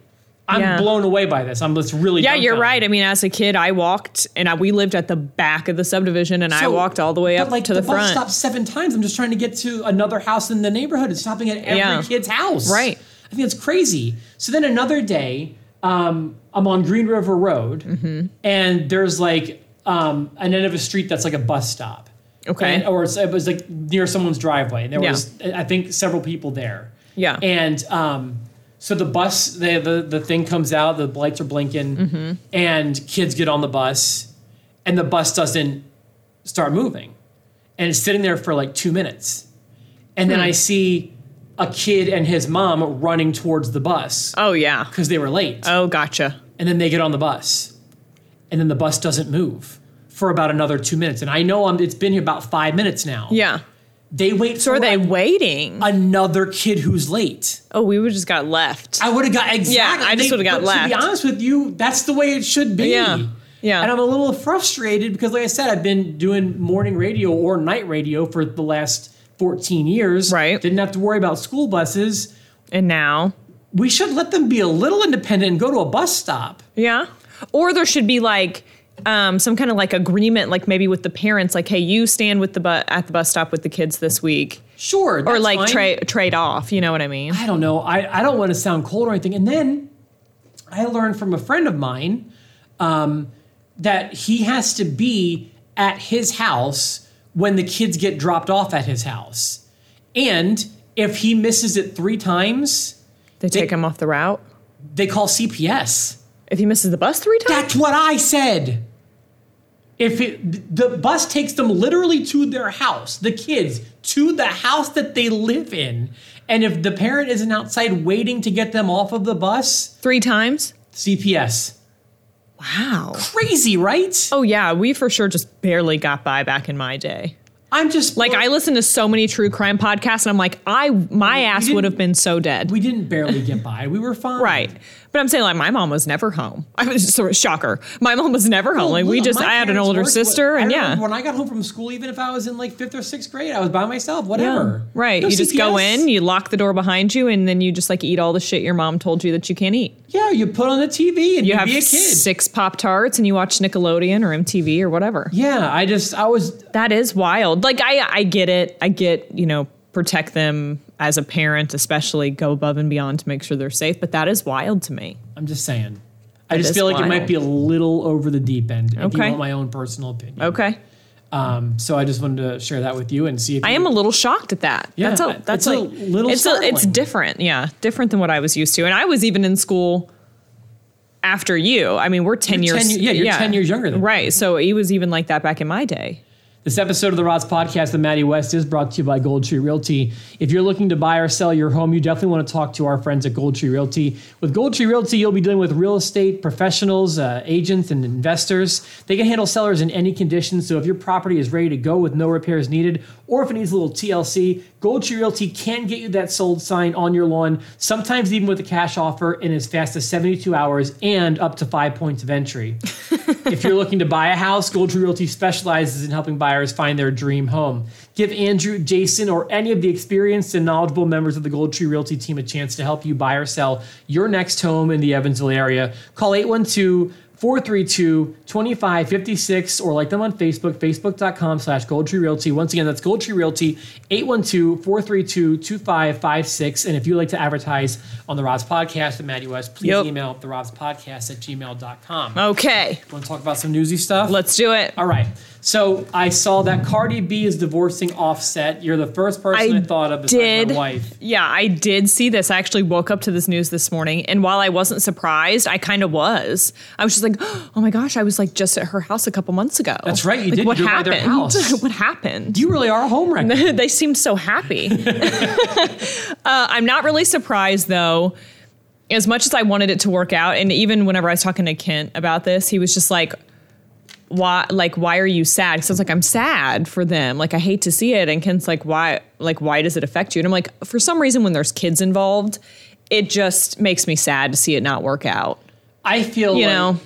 A: I'm
B: Yeah.
A: blown away by this. I'm just really
B: Yeah, you're
A: dumbfounded.
B: right. I mean, as a kid, I walked and I, we lived at the back of the subdivision, and I
A: So-
B: walked all the way
A: but,
B: up
A: like,
B: to the,
A: bus
B: front.
A: stopped seven times. I'm just trying to get to another house in the neighborhood. It's stopping at every
B: Yeah.
A: kid's house.
B: Right.
A: I think it's crazy. So then another day, um, I'm on Green River Road,
B: Mm-hmm.
A: and there's like um, an end of a street that's like a bus stop.
B: Okay.
A: And- or it's, it was like near someone's driveway, and there
B: Yeah.
A: was I think several people there.
B: Yeah.
A: And um, so the bus, the, the the thing comes out, the lights are blinking,
B: Mm-hmm.
A: and kids get on the bus, and the bus doesn't start moving, and it's sitting there for like two minutes, and
B: Hmm.
A: then I see a kid and his mom running towards the bus
B: Oh yeah.
A: because they were late,
B: Oh, gotcha.
A: and then they get on the bus, and then the bus doesn't move for about another two minutes, and I know I'm, it's been here about five minutes now.
B: Yeah.
A: They wait
B: So
A: for
B: are they
A: a-
B: waiting?
A: another kid who's late.
B: oh, we would just got left.
A: I would have got exactly.
B: I
A: They-
B: just would've got
A: but To
B: laughed.
A: be honest with you, that's the way it should be.
B: Yeah. Yeah.
A: And I'm a little frustrated because, like I said, I've been doing morning radio or night radio for the last 14 years.
B: Right.
A: Didn't have to worry about school buses.
B: and now,
A: We should let them be a little independent and go to a bus stop.
B: yeah. Or there should be like um, some kind of like agreement, like maybe with the parents, like, hey, you stand with the bu- at the bus stop with the kids this week,
A: Sure.
B: or
A: that's
B: like
A: fine.
B: tra- trade off. You know what I mean?
A: I don't know. I, I don't want to sound cold or anything. And then I learned from a friend of mine um, that he has to be at his house when the kids get dropped off at his house. And if he misses it three times,
B: They take him off the route
A: they call CPS.
B: if he misses the bus three times.
A: That's what I said. If it, the bus takes them literally to their house, the kids to the house that they live in, and if the parent isn't outside waiting to get them off of the bus,
B: Three times.
A: CPS.
B: Wow.
A: Crazy, right?
B: Oh yeah, we for sure just barely got by back in my day.
A: I'm just
B: Like I listen to so many true crime podcasts, and I'm like, I my ass
A: didn't-
B: would have been so dead.
A: we didn't barely get by. We were fine.
B: Right. But I'm saying like my mom was never home. I was just sort of shocker. My mom was never home. Like we
A: Oh, Look,
B: just
A: my
B: I had an
A: parents
B: older
A: worked with-
B: sister
A: I
B: and
A: remember
B: yeah.
A: When I got home from school, even if I was in like fifth or sixth grade, I was by myself. Whatever.
B: Right.
A: No
B: you just go
A: CPS.
B: in, you lock the door behind you, and then you just like eat all the shit your mom told you that you can't eat.
A: Yeah, you put on the TV and you,
B: You have
A: be a kid.
B: six Pop Tarts and you watch Nickelodeon or MTV or whatever.
A: yeah, I just I was
B: That is wild. Like I I get it. I get, you know, protect them as a parent, especially, go above and beyond to make sure they're safe. But that is wild to me.
A: I'm just saying. I
B: That
A: just
B: is
A: feel like it might
B: wild.
A: be a little over the deep end. If you
B: Okay.
A: want my own personal opinion.
B: Okay.
A: Um, so I just wanted to share that with you and see if
B: I
A: you-
B: am a little shocked at that.
A: Yeah,
B: that's
A: it's
B: a that's
A: a
B: like
A: little
B: it's it's
A: startling.
B: different. Yeah, different than what I was used to. And I was even in school after you. I mean, we're 10
A: You're
B: years
A: 10 yeah, you're 10 years younger than me.
B: Right. So it was even like that back in my day.
A: This episode of the Rods Podcast, The Maddie West, is brought to you by Goldtree Realty. If you're looking to buy or sell your home, you definitely want to talk to our friends at Goldtree Realty. With Goldtree Realty, you'll be dealing with real estate professionals, uh, agents, and investors. They can handle sellers in any condition. So if your property is ready to go with no repairs needed, or if it needs a little TLC, Goldtree Realty can get you that sold sign on your lawn, sometimes even with a cash offer in as fast as 72 hours and up to five points of entry if you're looking to buy a house, Goldtree Realty specializes in helping buyers find their dream home. Give Andrew, Jason, or any of the experienced and knowledgeable members of the Goldtree Realty team a chance to help you buy or sell your next home in the Evansville area. Call 812 432 2556 or like them on Facebook, facebook.com slash Goldtree Realty. Once again, that's Goldtree Realty, 812 432 2556. And if you'd like to advertise on the Robs Podcast at Maddie West, please
B: Yep.
A: email the Robs Podcast at gmail.com.
B: Okay.
A: Want to talk about some newsy stuff?
B: Let's do it.
A: All right. So I saw that Cardi B is divorcing Offset. You're the first person I, thought of besides my wife.
B: Yeah, I did see this. I actually woke up to this news this morning, and while I wasn't surprised, I kind of was. I was just like, "Oh my gosh!" I was like just at her house a couple months ago.
A: That's right, you
B: Like,
A: did.
B: What
A: You were by
B: happened?
A: their house.
B: what happened?
A: You really are a homewrecker.
B: they seemed so happy. uh, I'm not really surprised though. As much as I wanted it to work out, and even whenever I was talking to Kent about this, he was just like, "Why? Like, why are you sad?" Because I was like, "I'm sad for them. Like, I hate to see it." And Kent's like, "Why? Like, why does it affect you?" And I'm like, "For some reason, when there's kids involved, it just makes me sad to see it not work out."
A: I feel
B: You
A: like-
B: know.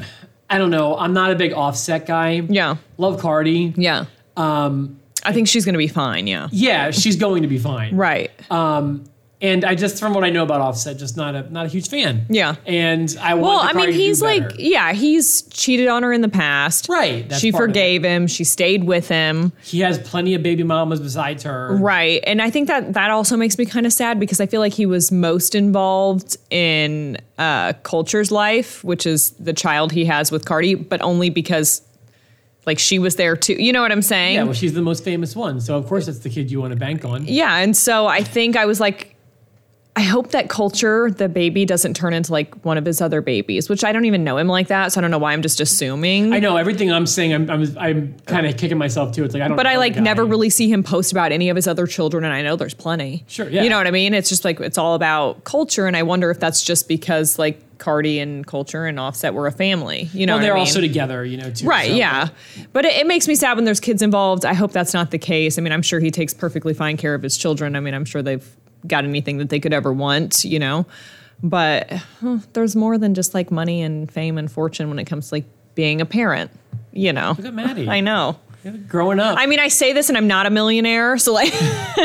A: I don't know. I'm not a big Offset guy.
B: Yeah,
A: Love Cardi.
B: yeah. Um, I think she's gonna be fine. Yeah,
A: Yeah, she's going to be fine.
B: right.
A: And I just, from what I know about Offset, just not a not a huge fan.
B: Yeah.
A: And I want.
B: Well,
A: the
B: I mean,
A: Cardi to do
B: he's like,
A: better.
B: yeah, he's cheated on her in the past.
A: Right, that's
B: she
A: part of it.
B: forgave him. She stayed with him.
A: he has plenty of baby mamas besides her.
B: Right. And I think that that also makes me kind of sad because I feel like he was most involved in uh, Culture's life, which is the child he has with Cardi, but only because like she was there too. You know what I'm saying?
A: Yeah. Well, she's the most famous one, so of course that's the kid you want to bank on.
B: Yeah, and so I think I was like, I hope that culture, the baby, doesn't turn into like one of his other babies, which I don't even know him like that, so I don't know why I'm just assuming.
A: I know everything I'm saying. I'm I'm, I'm kind of kicking myself too. It's like I don't.
B: But
A: know
B: I
A: the
B: like
A: guy.
B: never really see him post about any of his other children, and I know there's plenty.
A: Sure, yeah.
B: You know what I mean? It's just like it's all about culture, and I wonder if that's just because like Cardi and Culture and Offset were a family. You
A: Well,
B: know, what I
A: they're
B: mean?
A: also together, you know. Too,
B: right.
A: so-
B: yeah, but it, it makes me sad when there's kids involved. I hope that's not the case. I mean, I'm sure he takes perfectly fine care of his children. I mean, I'm sure they've got anything that they could ever want. You know, but huh, there's more than just like money and fame and fortune when it comes to like being a parent. You know,
A: Look at Maddie.
B: I know.
A: Growing up.
B: I mean, I say this and I'm not a millionaire. So, like,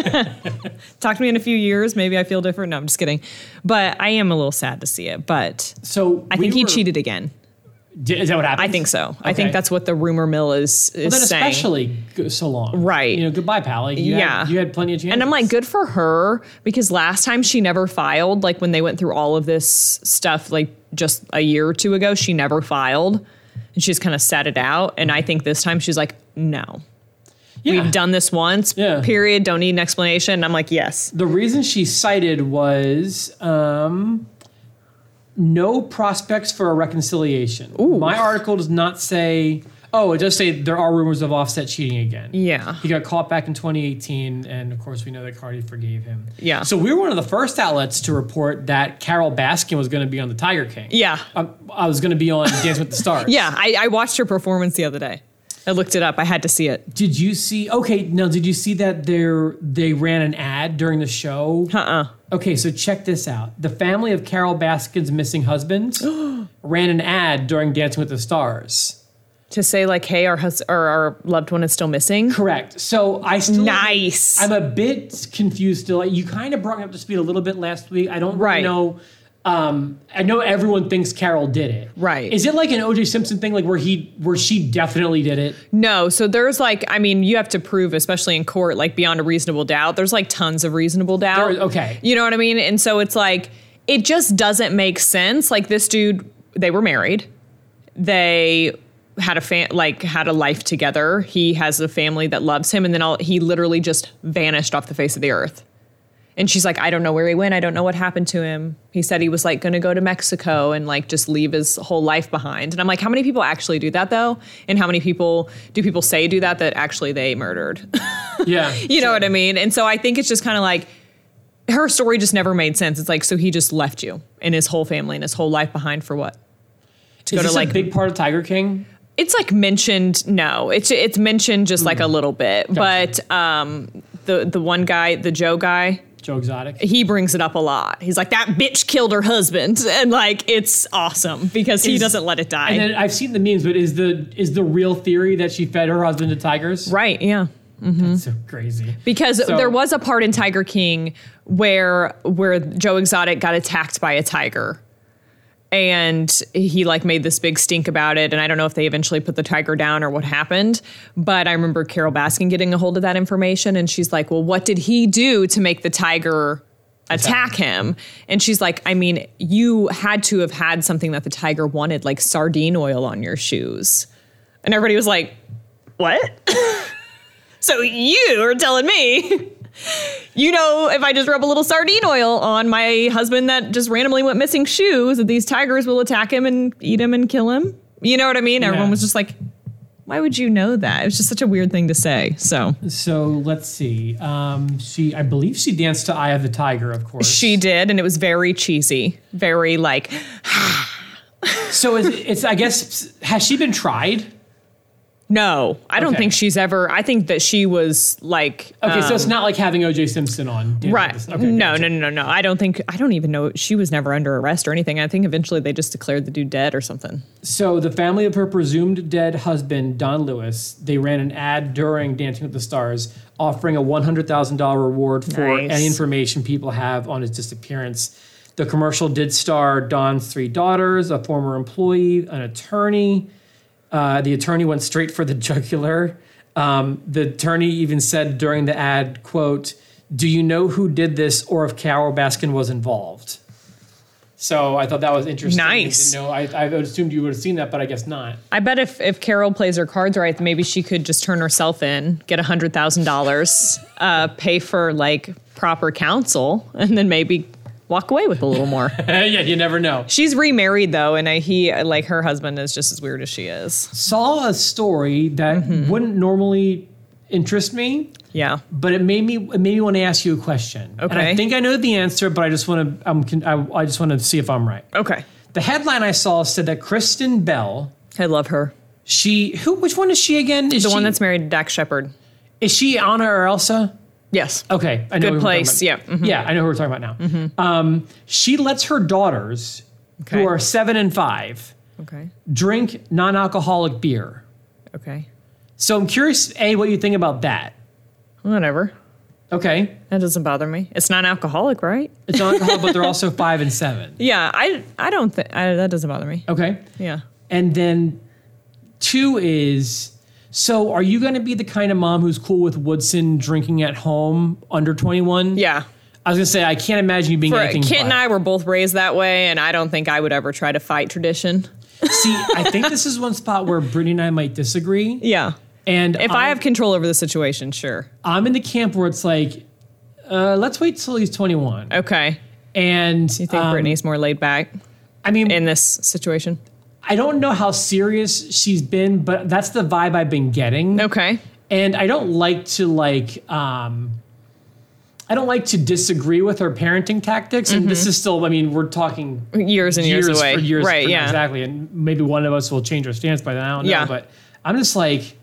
B: talk to me in a few years. Maybe I feel different. No, I'm just kidding. But I am a little sad to see it. But
A: so
B: I think
A: we
B: he
A: were-
B: cheated again.
A: Di- Is that what happened?
B: I think so. I
A: Okay.
B: think that's what the rumor mill is, is
A: Well, then
B: saying.
A: especially go- so long.
B: Right.
A: You know, goodbye, Pally. You
B: Yeah.
A: Had, you had plenty of chances.
B: And I'm like, good for her because last time she never filed. Like when they went through all of this stuff, like just a year or two ago, she never filed and she just kind of sat it out. And I think this time she's like, no,
A: yeah.
B: we've done this once,
A: Yeah.
B: period. Don't need an explanation. And I'm like, yes.
A: The reason she cited was um, no prospects for a reconciliation. My article does not say. Oh, it does say there are rumors of Offset cheating again.
B: Yeah.
A: he got caught back in 2018, and of course we know that Cardi forgave him.
B: Yeah.
A: So we were one of the first outlets to report that Carol Baskin was going to be on the Tiger King.
B: Yeah.
A: Um, I was going to be on Dance with the Stars.
B: Yeah, I, I watched her performance the other day. I looked it up. I had to see it.
A: Did you see? Okay, now did you see that there they ran an ad during the show?
B: Uh uh
A: Okay, so check this out. The family of Carol Baskin's missing husband ran an ad during Dancing with the Stars.
B: To say like, hey, our hus- or our loved one is still missing.
A: Correct. So I still
B: Nice.
A: I'm a bit confused still. You kind of brought me up to speed a little bit last week. I don't really
B: Right.
A: know Um, I know everyone thinks Carol did it.
B: Right.
A: Is it like an O.J. Simpson thing, like where he, where she definitely did it?
B: No, so there's like, I mean, you have to prove, especially in court, like beyond a reasonable doubt. There's like tons of reasonable doubt.
A: There- okay.
B: You know what I mean? And so it's like, it just doesn't make sense. Like this dude, they were married. They had a fan, like had a life together. He has a family that loves him. And then all, he literally just vanished off the face of the earth. And she's like, I don't know where he went. I don't know what happened to him. He said he was like going to go to Mexico and like just leave his whole life behind. And I'm like, how many people actually do that though? And how many people do people say do that that actually they murdered?
A: Yeah.
B: you know what I mean? And so I think it's just kind of like her story just never made sense. It's like, so he just left you and his whole family and his whole life behind for what? To
A: Is
B: go
A: this
B: to like
A: a big part of Tiger King?
B: it's like mentioned no it's it's mentioned just like a
A: Mm-hmm.
B: little bit but um the the one guy the joe guy
A: Joe Exotic.
B: he brings it up a lot. He's like, that bitch killed her husband. And like, it's awesome because he
A: Is-
B: doesn't let it die.
A: And then I've seen the memes, but is the is the real theory that she fed her husband to tigers?
B: right. Mm-hmm. Yeah.
A: That's so crazy.
B: Because
A: So-
B: there was a part in Tiger King where, where Joe Exotic got attacked by a tiger and he like made this big stink about it. And I don't know if they eventually put the tiger down or what happened, but I remember Carol Baskin getting a hold of that information. And she's like, well, what did he do to make the tiger attack him. And she's like, I mean, you had to have had something that the tiger wanted, like sardine oil on your shoes. And everybody was like, What? so you are telling me. You know, if I just rub a little sardine oil on my husband that just randomly went missing shoes, that these tigers will attack him and eat him and kill him. You know what I mean? Everyone
A: Yeah.
B: was just like, why would you know that? It was just such a weird thing to say. So
A: So let's see. Um, she, I believe she danced to "Eye of the Tiger," of course.
B: she did, and it was very cheesy, very like,
A: So is, it's, I guess, has she been tried?
B: No, I don't
A: Okay.
B: think she's ever. I think that she was like.
A: Okay,
B: um,
A: so it's not like having O.J. Simpson on. dinner
B: right.
A: with this-
B: no,
A: gotcha.
B: no, no, no, no. I don't think. I don't even know. She was never under arrest or anything. I think eventually they just declared the dude dead or something.
A: So the family of her presumed dead husband, Don Lewis, they ran an ad during Dancing with the Stars offering a $100,000 reward for
B: Nice.
A: any information people have on his disappearance. The commercial did star Don's three daughters, a former employee, an attorney. Uh, the attorney went straight for the jugular. Um, the attorney even said during the ad, quote, do you know who did this or if Carol Baskin was involved? So I thought that was interesting. I didn't
B: Nice.
A: know- I, I assumed you would have seen that, but I guess not.
B: I bet if if Carol plays her cards right, maybe she could just turn herself in, get a hundred thousand dollars, uh, pay for like proper counsel, and then maybe walk away with a little more.
A: yeah, you never know.
B: She's remarried though, and I, he like her husband is just as weird as she is.
A: Saw a story that
B: Mm-hmm.
A: wouldn't normally interest me,
B: Yeah.
A: but it made me it made me want to ask you a question. And I
B: Okay.
A: think I know the answer, but I just want to I'm, con- I, I just want to see if I'm right.
B: Okay.
A: The headline I saw said that Kristen Bell,
B: I love her.
A: she who which one is she again? Is
B: The
A: she,
B: one that's married to Dak Shepard.
A: is she Anna or Elsa?
B: Yes.
A: Okay, I know who
B: Good
A: we're talking
B: place,
A: about.
B: yeah, mhm.
A: yeah, I know who we're talking about now. Um, she lets her daughters,
B: Okay.
A: who are seven and five,
B: Okay.
A: drink non-alcoholic beer.
B: Okay.
A: So I'm curious, a, what you think about that?
B: Whatever.
A: Okay,
B: That doesn't bother me. It's non-alcoholic, right?
A: it's alcohol, but they're also five and seven.
B: Yeah. I I don't think that doesn't bother me.
A: Okay,
B: Yeah.
A: and then two is so are you going to be the kind of mom who's cool with Woodson drinking at home under 21?
B: Yeah.
A: I was going to say I can't imagine you being
B: For,
A: anything.
B: Kent and
A: but-
B: I were both raised that way, and I don't think I would ever try to fight tradition.
A: See, I think this is one spot where Brittany and I might disagree.
B: Yeah.
A: And
B: If I have control over the situation, sure.
A: I'm in the camp where it's like, uh, let's wait till he's 21.
B: Okay.
A: And
B: You think
A: um,
B: Brittany's more laid back
A: I mean,
B: in this situation?
A: I don't know how serious she's been, but that's the vibe I've been getting.
B: Okay.
A: And I don't like to like, um, I don't like to disagree with her parenting tactics. And
B: Mm-hmm.
A: this is still, I mean, we're talking
B: Years and years,
A: years,
B: away.
A: for years,
B: right.
A: for-
B: Yeah.
A: exactly. And maybe one of us will change our stance by then. I don't know,
B: Yeah.
A: but I'm just like,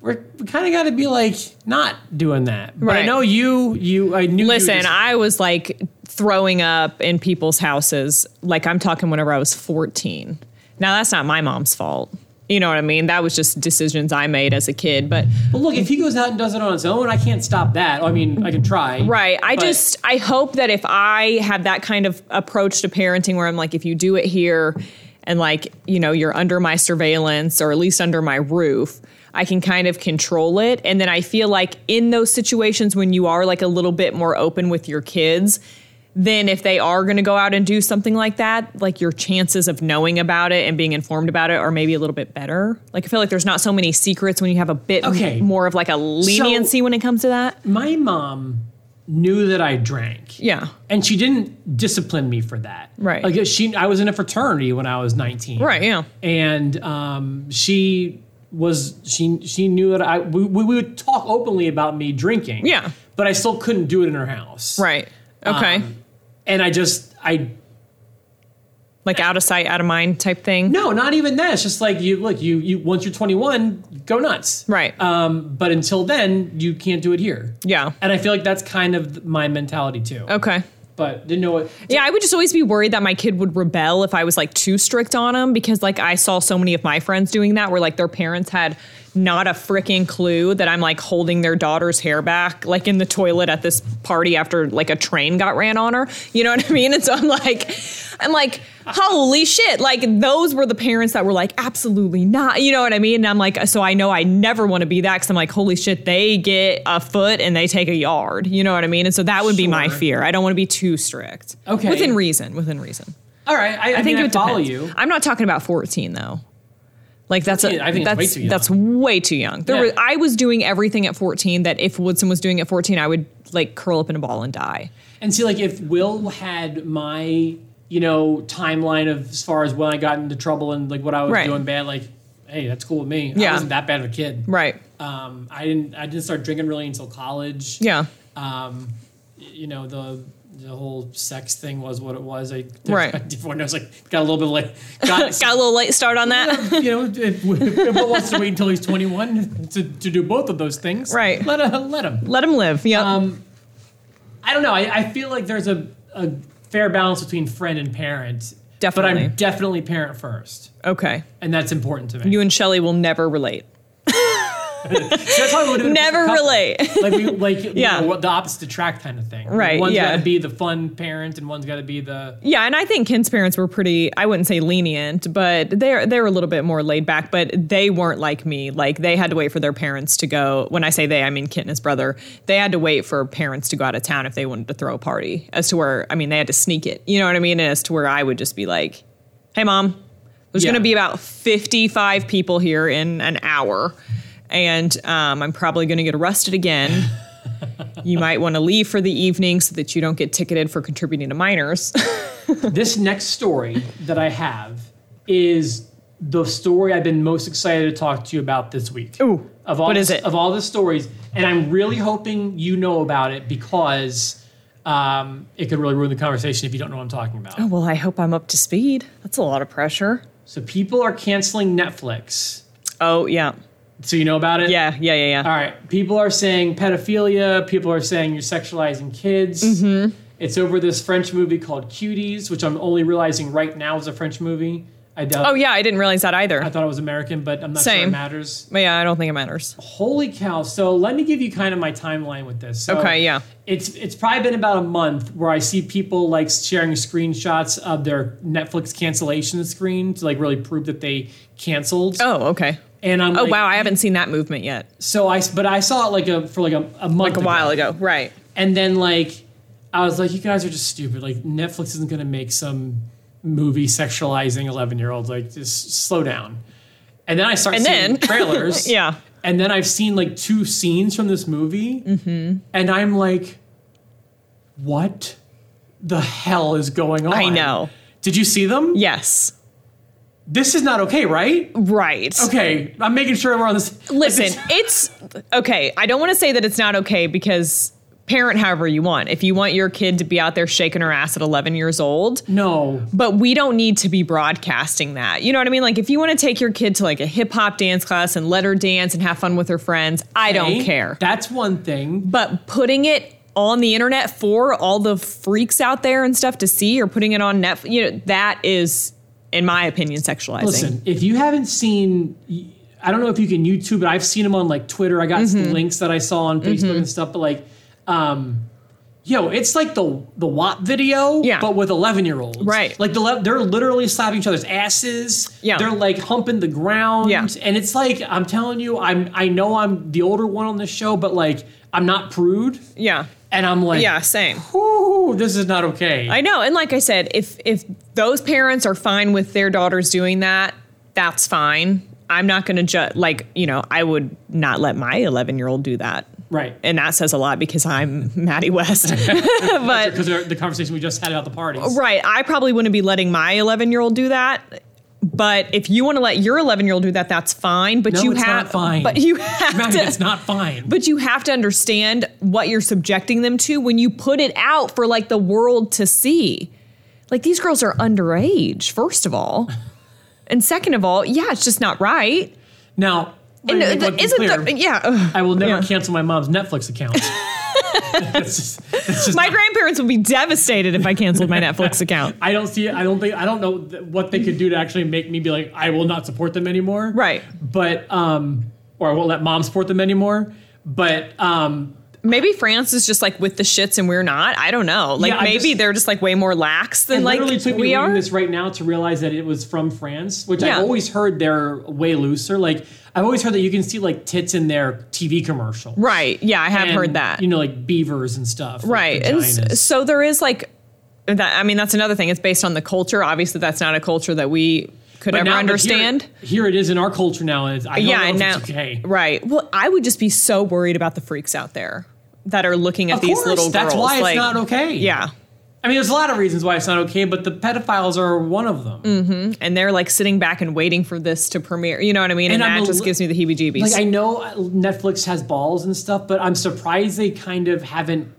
A: we're, we kind of got to be like not doing that. But I
B: Right.
A: know you, you, I knew. you
B: Listen,
A: just-
B: I was like throwing up in people's houses. Like I'm talking whenever I was 14. Now that's not my mom's fault. You know what I mean? That was just decisions I made as a kid. But
A: But look, if he goes out and does it on his own, I can't stop that. I mean, I can try.
B: Right. I
A: but-
B: just I hope that if I have that kind of approach to parenting where I'm like if you do it here and like, you know, you're under my surveillance or at least under my roof, I can kind of control it and then I feel like in those situations when you are like a little bit more open with your kids, then if they are going to go out and do something like that, like your chances of knowing about it and being informed about it are maybe a little bit better. Like I feel like there's not so many secrets when you have a bit
A: Okay.
B: more of like a leniency when it comes to that.
A: My mom knew that I drank.
B: Yeah.
A: And she didn't discipline me for that.
B: Right.
A: Like she I was in a fraternity when I was 19.
B: Right, yeah.
A: And um, she was she she knew that I we, we would talk openly about me drinking.
B: Yeah.
A: But I still couldn't do it in her house.
B: Right. Okay.
A: Um, and I just I
B: like out of sight, out of mind type thing.
A: no, not even that. It's just like you look you you once you're 21, go nuts.
B: Right.
A: Um, but until then, you can't do it here.
B: yeah.
A: And I feel like that's kind of my mentality too.
B: Okay.
A: But didn't know what
B: Yeah, I would just always be worried that my kid would rebel if I was like too strict on him because like I saw so many of my friends doing that where like their parents had not a freaking clue that I'm like holding their daughter's hair back like in the toilet at this party after like a train got ran on her. You know what I mean? And so I'm like I'm like holy shit. Like those were the parents that were like absolutely not. You know what I mean? And I'm like so I know I never want to be that cuz I'm like holy shit they get a foot and they take a yard. You know what I mean? And so that would be my
A: Sure.
B: fear fear. I don't want to be too strict.
A: Okay.
B: Within reason. Within reason.
A: All right, I, I,
B: think
A: mean,
B: it
A: I
B: would
A: follow
B: depend.
A: you.
B: I'm not talking about 14 though. Like that's a,
A: 14, I think it's
B: that's
A: way too young.
B: that's way too young. There
A: Yeah.
B: was, I was doing everything at 14 that if Woodson was doing at 14, I would like curl up in a ball and die.
A: And see, like, if Will had my, you know, timeline of as far as when I got into trouble and like what I was
B: Right.
A: doing bad, like, hey, that's cool with me. I
B: Yeah.
A: wasn't that bad of a kid.
B: Right.
A: Um, I didn't. I didn't start drinking really until college.
B: Yeah.
A: Um, y- you know the the whole sex thing was what it was. I
B: Right.
A: Everyone knows. Like, got a little bit of like got,
B: Got a little late start on that.
A: you know, if, if Will wants to wait until he's twenty one to, to do both of those things,
B: Right.
A: Let uh, let him.
B: Let him live. Yeah.
A: Um, I don't know. I, I feel like there's a, a fair balance between friend and parent. But
B: Definitely.
A: I'm definitely parent first.
B: okay.
A: And that's important to me.
B: You and Shelly will never relate.
A: that's why we would
B: Never relate.
A: Like we like you
B: Yeah.
A: know, the opposite attract kind of thing.
B: Right,
A: One's
B: yeah.
A: gotta be the fun parent and one's gotta be the
B: Yeah, and I think Ken's parents were pretty I wouldn't say lenient, but they're they were a little bit more laid back, but they weren't like me. Like they had to wait for their parents to go when I say they, I mean Kent and his brother. They had to wait for parents to go out of town if they wanted to throw a party. As to where I mean they had to sneak it. You know what I mean? And as to where I would just be like, Hey mom, there's
A: Yeah.
B: gonna be about fifty five people here in an hour. And um, I'm probably gonna get arrested again. you might want to leave for the evening so that you don't get ticketed for contributing to minors.
A: this next story that I have is the story I've been most excited to talk to you about this week.
B: Ooh,
A: of all
B: what
A: the-
B: is it?
A: Of all the stories, and I'm really hoping you know about it because um, it could really ruin the conversation if you don't know what I'm talking about.
B: Oh, Well, I hope I'm up to speed. That's a lot of pressure.
A: So people are canceling Netflix.
B: Oh, yeah.
A: So you know about it?
B: Yeah, yeah, yeah, yeah.
A: All right. People are saying pedophilia. People are saying you're sexualizing kids.
B: Mm-hmm.
A: It's over this French movie called Cuties, which I'm only realizing right now is a French movie. I doubt.
B: Oh, yeah, I didn't realize that
A: I
B: either.
A: thought it was American, but I'm not sure
B: Same.
A: it matters.
B: But yeah, I don't think it matters.
A: Holy cow! So let me give you kind of my timeline with this. So
B: Okay, yeah.
A: It's it's probably been about a month where I see people like sharing screenshots of their Netflix cancellation screen to like really prove that they canceled.
B: Oh, okay.
A: And I'm
B: Oh,
A: like,
B: wow, I haven't seen that movement yet.
A: So I, but I saw it like a for like a, a month,
B: Like a while ago. Right.
A: and then like I was like, you guys are just stupid. Like Netflix isn't gonna make some movie sexualizing eleven year olds. Like just slow down. And then I start
B: And
A: seeing
B: then-
A: trailers.
B: Yeah.
A: And then I've seen like two scenes from this movie,
B: Mm-hmm.
A: and I'm like, what the hell is going on?
B: I know.
A: Did you see them?
B: Yes.
A: This is not okay, right?
B: Right.
A: Okay, I'm making sure we're on this.
B: Listen, it's okay. I don't want to say that it's not okay because parent however you want. If you want your kid to be out there shaking her ass at 11 years old,
A: no.
B: but we don't need to be broadcasting that. You know what I mean? Like if you want to take your kid to like a hip hop dance class and let her dance and have fun with her friends, I don't
A: Okay,
B: care.
A: That's one thing.
B: But putting it on the internet for all the freaks out there and stuff to see or putting it on Netflix, you know, that is in my opinion, sexualizing.
A: Listen, if you haven't seen, I don't know if you can YouTube it. I've seen them on like Twitter. I got
B: Mm-hmm.
A: some links that I saw on Facebook and stuff. But like, um, yo, it's like the the WAP video,
B: Yeah.
A: but with eleven year olds,
B: Right.
A: Like the le- they're literally slapping each other's asses.
B: Yeah.
A: they're like humping the ground.
B: Yeah.
A: and it's like I'm telling you, I'm I know I'm the older one on this show, but like I'm not prude,
B: Yeah.
A: and I'm like,
B: Yeah, same.
A: whew, this is not okay.
B: I know. And like I said, if if those parents are fine with their daughters doing that, that's fine. I'm not going to judge. Like you know, I would not let my 11 year old do that,
A: right.
B: and that says a lot because I'm Maddie West. but
A: because the conversation we just had about the parties.
B: right, I probably wouldn't be letting my 11 year old do that. But if you want to let your 11 year old do that, that's fine. But
A: No,
B: you
A: it's
B: have
A: not fine.
B: But you have
A: Maddie,
B: to.
A: that's not fine.
B: But you have to understand what you're subjecting them to when you put it out for like the world to see. Like these girls are underage, first of all. And second of all, yeah, it's just not right.
A: Now,
B: And
A: let me
B: the-
A: make one
B: isn't
A: clear.
B: the, yeah. ugh.
A: I will never
B: Yeah.
A: cancel my mom's Netflix account. That's just- that's just
B: My
A: not-
B: grandparents would be devastated if I canceled my Netflix account.
A: I don't see. I don't think. I don't know th- what they could do to actually make me be like, I will not support them anymore.
B: Right.
A: But um, or I won't let mom support them anymore. But um,
B: Maybe France is just like with the shits and we're not. I don't know. Like
A: Yeah, I
B: maybe
A: just-
B: they're just like way more lax than
A: it
B: like
A: literally took me
B: we
A: reading
B: are.
A: this right now to realize that it was from France, which
B: Yeah.
A: I've always heard they're way looser. Like I've always heard that you can see like tits in their TV commercial.
B: right. Yeah, I have
A: and,
B: heard that.
A: You know, like beavers and stuff. like
B: right and s-
A: vaginas.
B: so there is like that i mean that's another thing it's based on the culture obviously that's not a culture that we could
A: But
B: ever
A: now- but here-
B: understand
A: Here, it is in our culture now, and it's, I don't
B: yeah
A: know if
B: and now
A: it's okay.
B: right well i would just be so worried about the freaks out there that are looking at
A: Of
B: these
A: course,
B: little
A: that's
B: girls
A: why it's
B: like
A: not okay.
B: yeah
A: I mean, there's a lot of reasons why it's not okay, but the pedophiles are one of them.
B: Mm. and they're like sitting back and waiting for this to premiere you know what i mean and,
A: And I'm
B: that
A: a
B: just
A: li-
B: gives me the heebie jeebies
A: Like I know uh, Netflix has balls and stuff, but I'm surprised they kind of haven't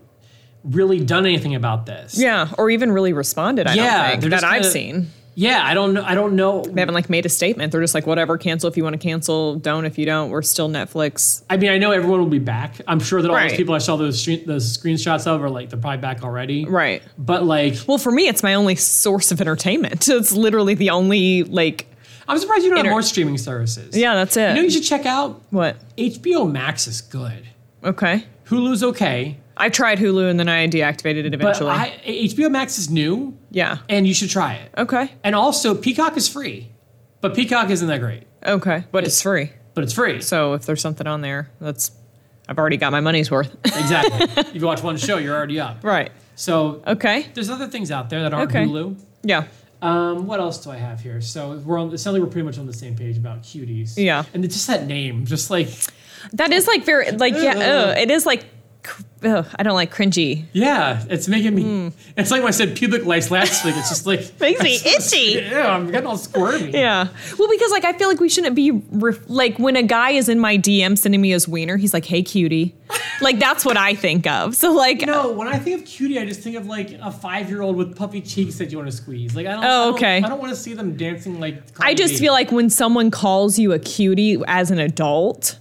A: really done anything about this.
B: yeah or even really responded i
A: Yeah,
B: don't
A: they're
B: think that
A: just
B: i've
A: kinda-
B: seen
A: Yeah, I don't know. I don't know.
B: they haven't like made a statement they're just like whatever cancel if you want to cancel don't if you don't we're still netflix
A: I mean, I know everyone will be back. I'm sure that all
B: Right.
A: those people I saw those screen, those screenshots of are like they're probably back already.
B: right
A: But like,
B: Well, for me, it's my only source of entertainment. It's literally the only like.
A: I'm surprised you don't
B: Inter-
A: have more streaming services.
B: Yeah, that's it.
A: You know, you should check out
B: what?
A: HBO Max is good.
B: Okay.
A: Hulu's okay,
B: I tried Hulu and then I deactivated it
A: but
B: eventually.
A: I, HBO Max is new,
B: yeah.
A: and you should try it.
B: Okay.
A: And also, Peacock is free, but Peacock isn't that great,
B: Okay. But it's free,
A: but it's free.
B: so if there's something on there, that's I've already got my money's worth.
A: exactly. if you watch one show, you're already up.
B: right.
A: So
B: Okay.
A: there's other things out there that aren't
B: Okay.
A: Hulu.
B: Yeah.
A: Um, what else do I have here? So we're on. It sounds like we're pretty much on the same page about cuties.
B: Yeah.
A: And it's just that name, just like
B: That is like very like yeah. Ugh, it is like. cr- Ugh, I don't like cringy.
A: yeah, it's making me.
B: Hmm.
A: It's like when I said pubic lice last week. It's just like
B: Makes me itchy.
A: Yeah, I'm getting all squirmy.
B: Yeah. Well, because like I feel like we shouldn't be re- like when a guy is in my DM sending me his wiener, he's like, "Hey, cutie," like that's what I think of. So like,
A: No, when I think of cutie, I just think of like a five-year-old with puffy cheeks that you want to squeeze. Like I don't.
B: Oh,
A: I
B: okay.
A: don't, I don't want to see them dancing like.
B: I just feel like when someone calls you a cutie as an adult.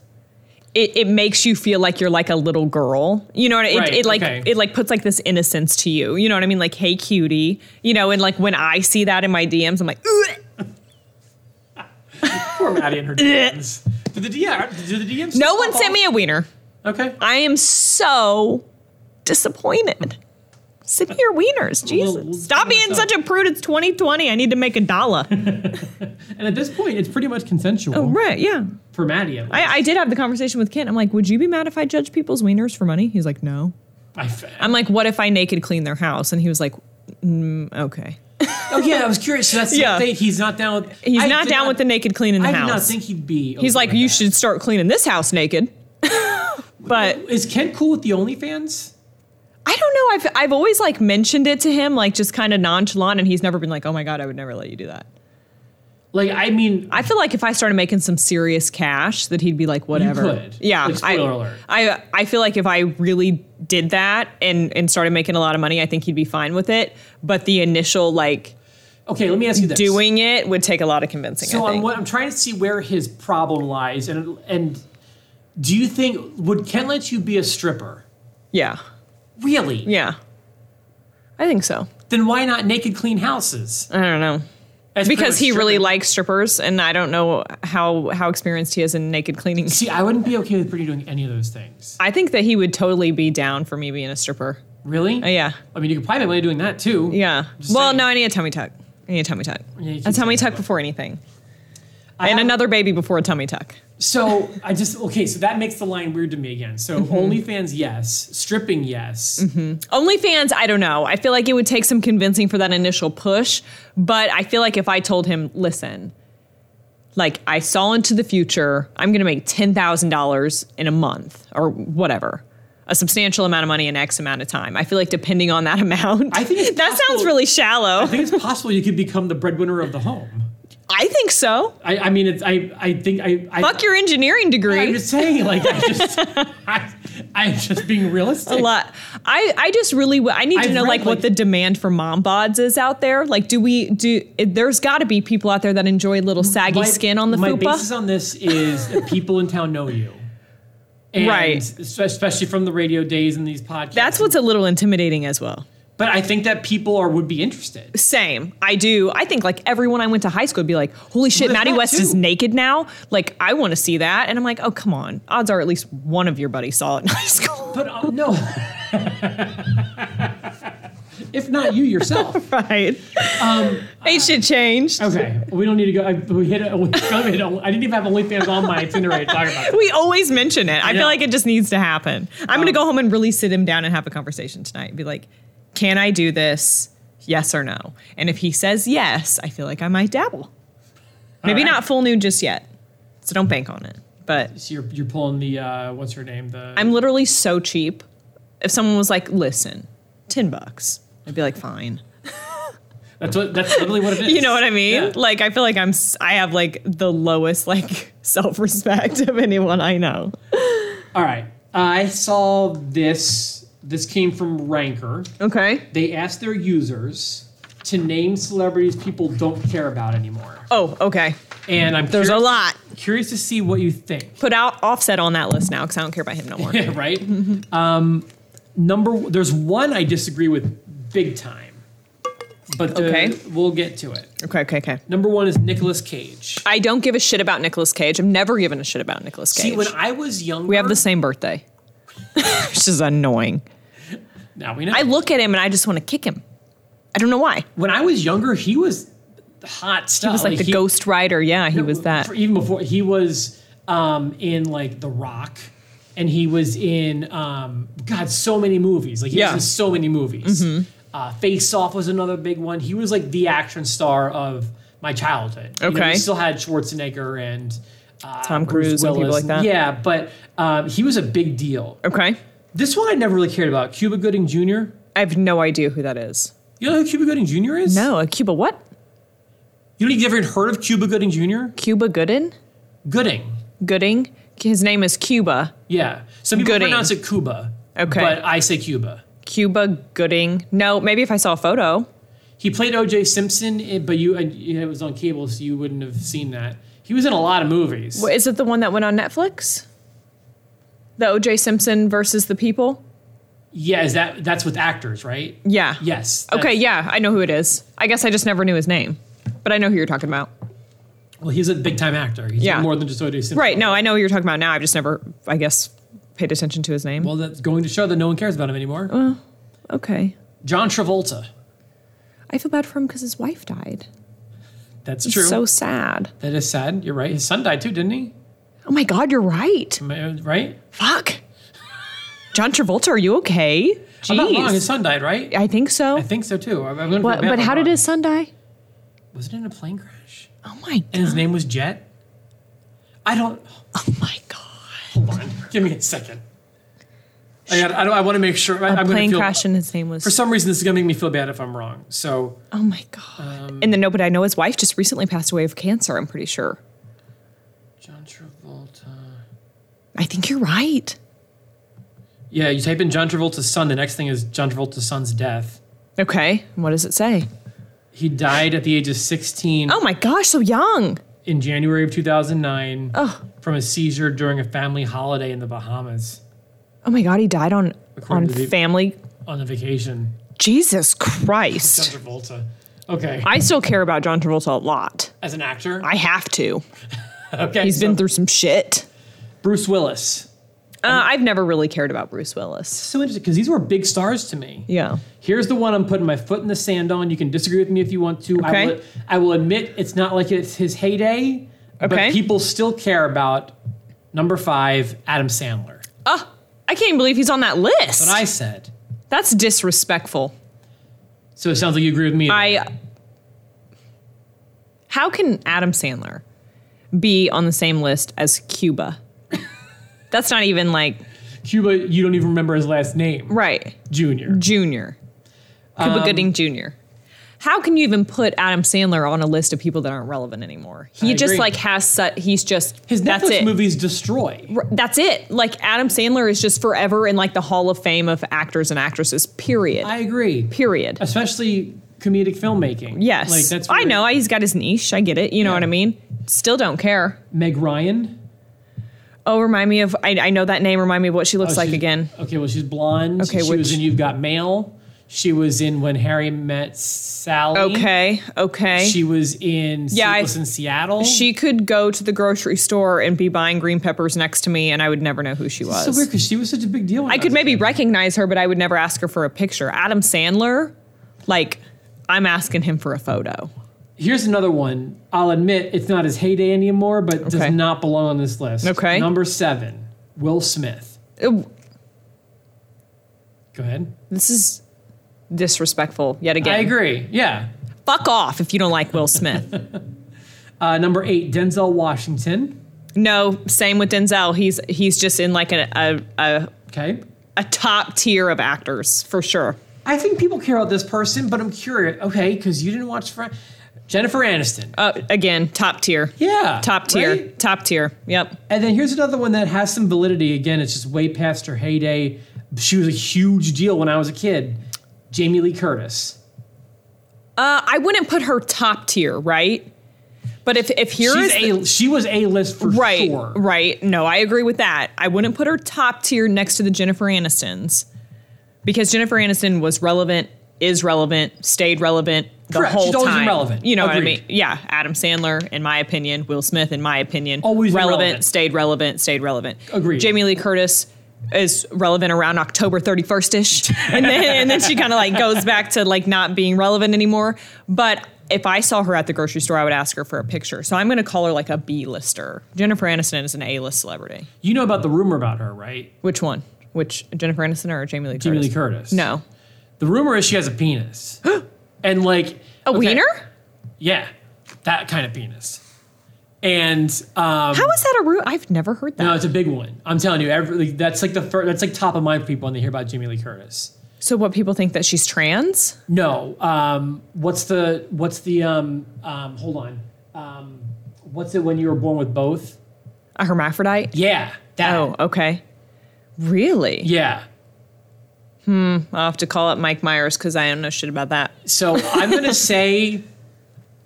B: It, it makes you feel like you're like a little girl, you know. What I, it,
A: Right,
B: it like
A: okay.
B: it like puts like this innocence to you, you know what I mean? Like, hey, cutie, you know. And like when I see that in my DMs, I'm like, Ugh!
A: poor Maddie and her DMs. Did the DM? Did the DMs?
B: no one sent me a wiener.
A: Okay.
B: I am so disappointed. Send me your wieners, Jesus!
A: we'll
B: Stop
A: figure this
B: being
A: out.
B: such a prude. It's 2020. I need to make a dollar.
A: And at this point, it's pretty much consensual
B: right? Yeah.
A: for Maddie. At least.
B: I, I did have the conversation with Kent. I'm like, would you be mad if I judge people's wieners for money? He's like, no.
A: I f-
B: I'm like, what if I naked clean their house? And he was like, mm, okay.
A: oh yeah, I was curious. So that's the
B: Yeah.
A: update. He's not down with.
B: He's
A: I
B: not
A: did
B: down with the naked cleaning the
A: I
B: house.
A: did not think he'd be.
B: He's
A: okay
B: like,
A: with
B: you
A: that.
B: should start cleaning this house naked. but
A: Is Kent cool with the OnlyFans?
B: I don't know. I've I've always like mentioned it to him, like just kind of nonchalant, and he's never been like, oh my god, I would never let you do that.
A: Like, I mean,
B: I feel like if I started making some serious cash, that he'd be like, whatever.
A: could.
B: Yeah.
A: Like, spoiler alert.
B: I, I I feel like if I really did that and and started making a lot of money, I think he'd be fine with it. But the initial like
A: okay. Let me ask you this.
B: doing it would take a lot of convincing.
A: so
B: I
A: I'm,
B: think.
A: what I'm trying to see where his problem lies, and and do you think would Kent let you be a stripper?
B: yeah.
A: Really?
B: Yeah. I think so.
A: Then why not naked clean houses?
B: I don't know.
A: That's pretty
B: because
A: much
B: he really
A: stripping.
B: likes strippers, and I don't know how how experienced he is in naked cleaning.
A: See, I wouldn't be okay with Brittany doing any of those things.
B: I think that he would totally be down for me being a stripper.
A: Really?
B: Uh, yeah,
A: I mean, you could probably make money doing that too.
B: yeah.
A: Just
B: well,
A: saying.
B: no, I need a tummy tuck. I need a tummy tuck.
A: Yeah, you
B: a
A: keep saying
B: tummy tuck
A: that.
B: before anything,
A: I
B: and
A: have-
B: another baby before a tummy tuck.
A: So I just okay. So that makes the line weird to me again. So
B: Mm-hmm.
A: OnlyFans, yes. Stripping, yes.
B: OnlyFans, I don't know. I feel like it would take some convincing for that initial push, but I feel like if I told him, listen, like I saw into the future, I'm going to make $10,000 in a month or whatever, a substantial amount of money in X amount of time. I feel like depending on that amount,
A: I think it's
B: that sounds
A: possible-
B: really shallow.
A: I think it's possible you could become the breadwinner of the home.
B: I think so.
A: I, I mean, it's, I I think I, I
B: Fuck your engineering degree.
A: I'm just saying, like I just I, I'm just being realistic.
B: a lot. I, I just really w- I need to
A: I've
B: know
A: read,
B: like, what
A: like-
B: the demand for mom bods is out there. Like, do we do? It, there's got to be people out there that enjoy little saggy skin on the
A: my
B: fupa.
A: basis on this is that people in town know you, And
B: Right.
A: es- Especially from the radio days and these podcasts.
B: That's what's a little intimidating as well.
A: But I think that people are would be interested.
B: Same. I do. I think like everyone I went to high school would be like, holy shit,
A: there's
B: Maddie
A: that
B: West is
A: too.
B: naked now. Like, I want to see that. And I'm like, oh, come on. Odds are at least one of your buddies saw it in high school.
A: But uh, no. if not you yourself.
B: right.
A: Um,
B: Ain't shit changed.
A: Okay, we don't need to go. I, we hit. A, we probably hit a, I didn't even have OnlyFans on my itinerary to talk about. That.
B: We always mention it. I, feel
A: know.
B: like it just needs to happen. I'm
A: Um,
B: going to go home and really sit him down and have a conversation tonight. Be like, can I do this? Yes or no? And if he says yes, I feel like I might dabble. Maybe
A: right.
B: not full nude just yet. So don't bank on it. But
A: So you're you're pulling the uh, what's her name? The
B: I'm literally so cheap. If someone was like, listen, 10 bucks, I'd be like, fine.
A: that's what that's literally what it is.
B: You know what I mean?
A: Yeah.
B: Like, I feel like I'm, s- I have like the lowest like self respect of anyone I know.
A: All right, I saw this. This came from Ranker.
B: Okay.
A: They asked their users to name celebrities people don't care about anymore,
B: Oh, okay.
A: and I'm
B: There's a
A: curious,
B: lot.
A: curious to see what you think.
B: put out offset on that list now because I don't care about him no more.
A: Yeah, right. um, number there's one I disagree with big time, but the,
B: Okay.
A: we'll get to it.
B: okay, okay, okay.
A: Number one is Nicolas Cage.
B: I don't give a shit about Nicolas Cage. I've never given a shit about Nicolas Cage.
A: See, when I was younger,
B: we have the same birthday, which is annoying.
A: Now we know.
B: I look at him and I just want to kick him. I don't know why.
A: when I was younger, he was hot stuff.
B: He was like, the Ghost Rider. Yeah, he was that.
A: for- even before he was um, in like The Rock, and he was in um, God, so many movies. Like he
B: Yeah. Mm-hmm.
A: was in so many movies. Uh, Face Off was another big one. He was like the action star of my childhood. You know,
B: Okay.
A: we still had Schwarzenegger and uh,
B: Tom
A: Bruce
B: Cruise and people
A: Willis.
B: like that.
A: Yeah, but um, he was a big deal.
B: Okay.
A: This one I never really cared about. Cuba Gooding Jr.
B: I have no idea who that is.
A: You know who Cuba Gooding Jr. is?
B: No, a Cuba what?
A: You know, you've ever heard of Cuba Gooding Jr.?
B: Cuba Gooden?
A: Gooding.
B: Gooding? His name is Cuba.
A: Yeah. Some people
B: Gooding.
A: pronounce it Cuba.
B: Okay.
A: But I say Cuba.
B: Cuba Gooding. No, maybe if I saw a photo.
A: He played O.J. Simpson, eh, but you and it was on cable, so you wouldn't have seen that. He was in a lot of movies.
B: Wait, Is it the one that went on Netflix? The O.J. Simpson versus the people?
A: Yeah, is that that's with actors, right?
B: Yeah.
A: Yes. that's-
B: Okay, yeah, I know who it is. I guess I just never knew his name, but I know who you're talking about.
A: Well, he's a big time actor. He's
B: Yeah.
A: more than just O.J. Simpson.
B: Right, no, I know who you're talking about now. I've just never, I guess, paid attention to his name.
A: Well, that's going to show that no one cares about him anymore.
B: Uh-huh. okay.
A: John Travolta.
B: I feel bad for him because his wife died.
A: That's
B: It's
A: true.
B: so sad.
A: that is sad. You're right. His son died too, didn't he?
B: Oh my God, you're right.
A: Am I Right?
B: Fuck. John Travolta, are you okay?
A: I'm not wrong. His
B: Jeez.
A: son died, right?
B: I think so.
A: I think so too. I- I'm gonna
B: What,
A: forget
B: but
A: if I'm
B: how did
A: wrong.
B: his son die?
A: Was it in a plane crash?
B: Oh my
A: And
B: God.
A: his name was Jet? I don't.
B: Oh my God.
A: Hold on. Give me a second. I, got, I, don't, I want to make sure. I,
B: A
A: I'm gonna
B: plane
A: feel,
B: crash and his name was.
A: For some reason, this is going to make me feel bad if I'm wrong. So,
B: Oh my god!
A: Um,
B: and then no, but I know his wife just recently passed away of cancer. I'm pretty sure.
A: John Travolta.
B: I think you're right.
A: Yeah, you type in John Travolta's son. The next thing is John Travolta's son's death.
B: Okay, what does it say?
A: He died at the age of 16
B: Oh my gosh, so young.
A: in January of 2009
B: Oh,
A: from a seizure during a family holiday in the Bahamas
B: oh my god, he died on
A: According
B: on
A: to the-
B: family.
A: on a vacation.
B: Jesus
A: John
B: Christ!
A: Travolta. Okay.
B: I still care about John Travolta a lot.
A: As an actor,
B: I have to.
A: okay,
B: He's
A: so
B: been through some shit.
A: Bruce Willis.
B: Uh, I've never really cared about Bruce Willis.
A: So interesting because these were big stars to me.
B: Yeah.
A: Here's the one I'm putting my foot in the sand on. You can disagree with me if you want to. I,
B: Okay.
A: will, I will admit it's not like it's his heyday, but
B: Okay.
A: people still care about number five, Adam Sandler.
B: Oh, I can't believe he's on that list.
A: What I said.
B: That's disrespectful.
A: So it sounds like you agree with me.
B: I. How can Adam Sandler be on the same list as Cuba? That's not even like
A: Cuba, you don't even remember his last name,
B: right.
A: Junior.
B: Junior.
A: Um,
B: Cuba Gooding Jr. How can you even put Adam Sandler on a list of people that aren't relevant anymore? He
A: I
B: just
A: agree.
B: like has such. He's just
A: His
B: that's
A: Netflix
B: it.
A: movies destroy.
B: R- That's it. Like Adam Sandler is just forever in like the Hall of Fame of actors and actresses. Period.
A: I agree,
B: period.
A: especially comedic filmmaking.
B: Yes.
A: like that's.
B: I
A: where-
B: know. He's got his niche. I get it. You know
A: Yeah.
B: what I mean? Still don't care.
A: Meg Ryan.
B: Oh, remind me of. I, I know that name. Remind me of what she looks
A: Oh,
B: like
A: she's-
B: again.
A: Okay, well, she's blonde.
B: Okay,
A: she was
B: which-
A: in You've Got Mail. She was in When Harry Met Sally.
B: Okay. Okay.
A: She was in
B: Yeah, I-
A: Sleepless in Seattle.
B: She could go to the grocery store and be buying green peppers next to me, and I would never know who she was.
A: so weird because she was such a big deal. when
B: I could
A: was-
B: maybe recognize her, but I would never ask her for a picture. Adam Sandler, like, I'm asking him for a photo.
A: Here's another one. I'll admit it's not his heyday anymore, but does
B: Okay.
A: not belong on this list.
B: Okay.
A: Number seven, Will Smith.
B: It-
A: Go ahead.
B: this is disrespectful yet again.
A: I agree. Yeah.
B: Fuck off if you don't like Will Smith.
A: Uh, number eight, Denzel Washington.
B: no, same with Denzel. He's he's just in like a a, a,
A: Okay.
B: a top tier of actors for sure.
A: I think people care about this person, but I'm curious. Okay, because you didn't watch Fr- Jennifer Aniston.
B: Uh, again, top tier.
A: Yeah.
B: Top tier.
A: right?
B: Top tier. Yep.
A: And then here's another one that has some validity. Again, it's just way past her heyday. She was a huge deal when I was a kid. Jamie Lee Curtis.
B: Uh, I wouldn't put her top tier, right? But if if here
A: She's
B: is the-
A: a, she was a list for
B: Right,
A: sure.
B: right. No, I agree with that. I wouldn't put her top tier next to the Jennifer Anistons because Jennifer Aniston was relevant, is relevant, stayed relevant the
A: Correct.
B: whole
A: She's always
B: time.
A: been relevant.
B: You know what I
A: Agreed.
B: mean? Yeah. Adam Sandler, in my opinion, Will Smith, in my opinion,
A: Always been
B: relevant,
A: relevant.
B: stayed relevant, stayed relevant.
A: Agreed.
B: Jamie Lee Curtis is relevant around October 31st ish, and then and then she kind of like goes back to like not being relevant anymore. But if I saw her at the grocery store, I would ask her for a picture. So I'm going to call her like a B lister. Jennifer Aniston is an A list celebrity.
A: You know about the rumor about her, right?
B: Which one? Which Jennifer Aniston or Jamie Lee?
A: Jamie
B: Curtis?
A: Lee Curtis.
B: No,
A: The rumor is she has a penis. and like
B: a
A: okay,
B: wiener.
A: Yeah. That kind of penis. And um
B: How is that a root? I've never heard that.
A: no, it's a big one. I'm telling you, every that's like the first, that's like top of mind for people when they hear about Jamie Lee Curtis.
B: So what people think that she's trans?
A: No. Um, what's the what's the um, um, hold on? Um, what's it when you were born with both?
B: A hermaphrodite?
A: Yeah. That.
B: Oh, okay. Really?
A: Yeah.
B: I'll have to call up Mike Myers because I don't know shit about that.
A: So I'm gonna say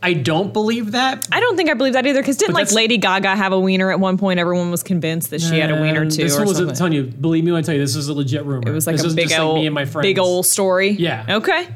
A: I don't believe that.
B: I don't think I believe that either because didn't
A: But
B: like
A: that's-
B: Lady Gaga have a wiener at one point? Everyone was convinced that she had a wiener
A: Um,
B: too,
A: This
B: or
A: one was
B: something.
A: I'm telling you. Believe me when I tell you, this is a legit rumor.
B: it was like
A: this
B: a
A: isn't
B: big
A: just
B: old,
A: like me and my friends.
B: big old story.
A: Yeah. Um,
B: Okay.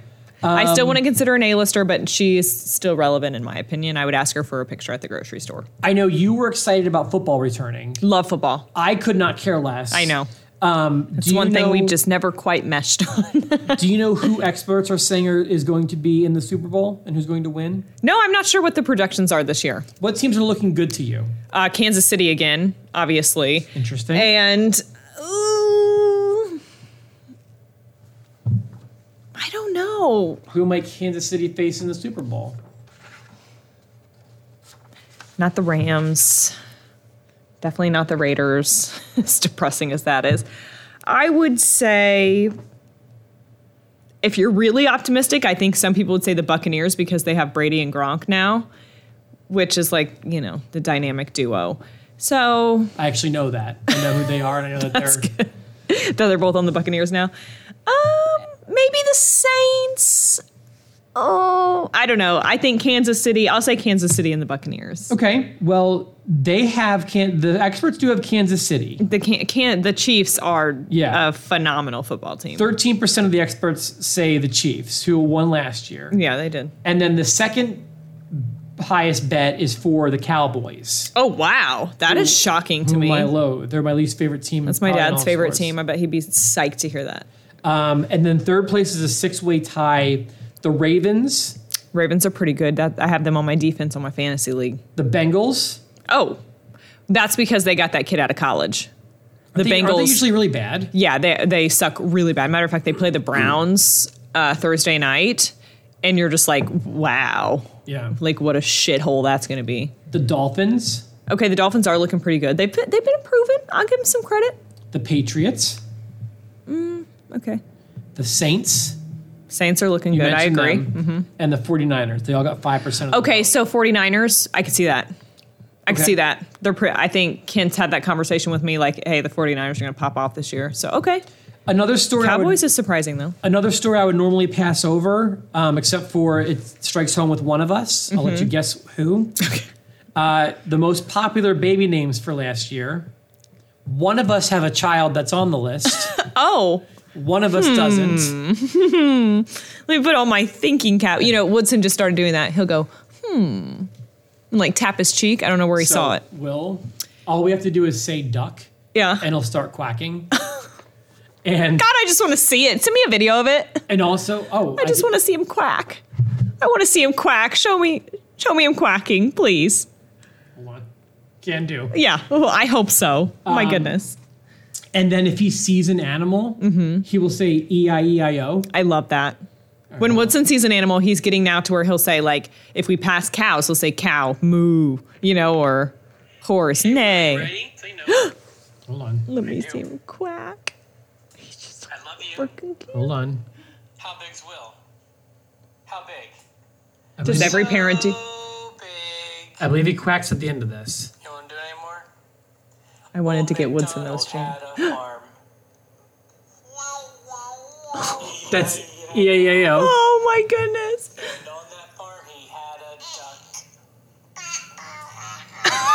B: I still want to consider an A-lister, but she is still relevant in my opinion. I would ask her for a picture at the grocery store.
A: I know you were excited about football returning.
B: Love football.
A: I could not care less.
B: I know.
A: Um,
B: It's one thing we've just never quite meshed on.
A: Do you know who experts are saying are, is going to be in the Super Bowl and who's going to win?
B: no, I'm not sure what the projections are this year.
A: What teams are looking good to you?
B: Uh, Kansas City again, obviously.
A: Interesting.
B: And ooh, I don't know.
A: Who might Kansas City face in the Super Bowl?
B: Not the Rams. Definitely not the Raiders. as depressing as that is, I would say if you're really optimistic, I think some people would say the Buccaneers because they have Brady and Gronk now, which is like, you know, the dynamic duo. So,
A: I actually know that. I know who they are, and I know that they're.
B: though they're both on the Buccaneers now. Um, maybe the Saints. oh, I don't know. I think Kansas City. I'll say Kansas City and the Buccaneers.
A: Okay, well, they have can the experts do have Kansas City.
B: The can, can the Chiefs are
A: Yeah.
B: a phenomenal football team.
A: Thirteen percent of the experts say the Chiefs, who won last year,
B: yeah, they did.
A: and then the second highest bet is for the Cowboys.
B: Oh wow, that is shocking to
A: whom
B: me.
A: I loathe. They're my least favorite team.
B: That's my
A: probably in
B: dad's
A: all
B: favorite
A: sports.
B: team. I bet he'd be psyched to hear that.
A: Um, and then third place is a six-way tie: the Ravens,
B: Ravens are pretty good. That I have them on my defense on my fantasy league.
A: the Bengals.
B: Oh, that's because they got that kid out of college. The
A: They-
B: Bengals.
A: are they usually really bad.
B: yeah, they they suck really bad. Matter of fact, they play the Browns uh, Thursday night, and you're just like, wow,
A: Yeah,
B: like what a shithole that's going to be.
A: the Dolphins,
B: Okay, the Dolphins are looking pretty good. They've been, they've been improving. I'll give them some credit.
A: the Patriots,
B: Okay,
A: the Saints.
B: Saints are looking
A: You
B: good. I
A: mentioned
B: agree. Mm-hmm.
A: them, And the 49ers. They all got 5% of the
B: Okay, so 49ers, I could see that. I could
A: Okay.
B: see that. They're pre- I think Kent's had that conversation with me like, hey, the 49ers are going to pop off this year. So, okay.
A: Another story. I would-
B: Cowboys is surprising, though.
A: another story I would normally pass over, um, except for it strikes home with one of us. I'll
B: Mm-hmm.
A: let you guess who. uh, the most popular baby names for last year. One of us have a child that's on the list.
B: Oh,
A: one of us doesn't.
B: let me put on my thinking cap. You know, Woodson just started doing that. He'll go, hmm, and like tap his cheek. I don't know where he
A: So,
B: saw it.
A: Will, all we have to do is say duck,
B: Yeah.
A: and it'll start quacking. and
B: God, I just want to see it. Send me a video of it.
A: and also, oh,
B: I just want to see him quack. I want to see him quack. Show me, show me him quacking, please.
A: want can do.
B: Yeah. Oh, I hope so.
A: Um,
B: my goodness.
A: And then if he sees an animal,
B: Mm-hmm.
A: he will say E I E I O.
B: I love that.
A: uh-huh.
B: When Woodson sees an animal, he's getting now to where he'll say, like, if we pass cows, he'll say cow, moo, you know, or horse, neigh.
C: Ready? Say no.
A: Hold on.
B: Let me see him quack. He's just
C: I love you.
B: freaking cute.
A: Hold on.
C: How big's Will? How big?
A: I
B: Does
A: believe-
B: every parent do?
C: So big.
A: I believe he quacks at the end of this.
C: You want to do it anymore?
B: I wanted to
C: Old
A: Oh
B: get Woodson
C: MacDonald
B: those, Jane.
C: had a farm.
A: That's E A E I O.
B: Oh my goodness.
C: And on that farm, he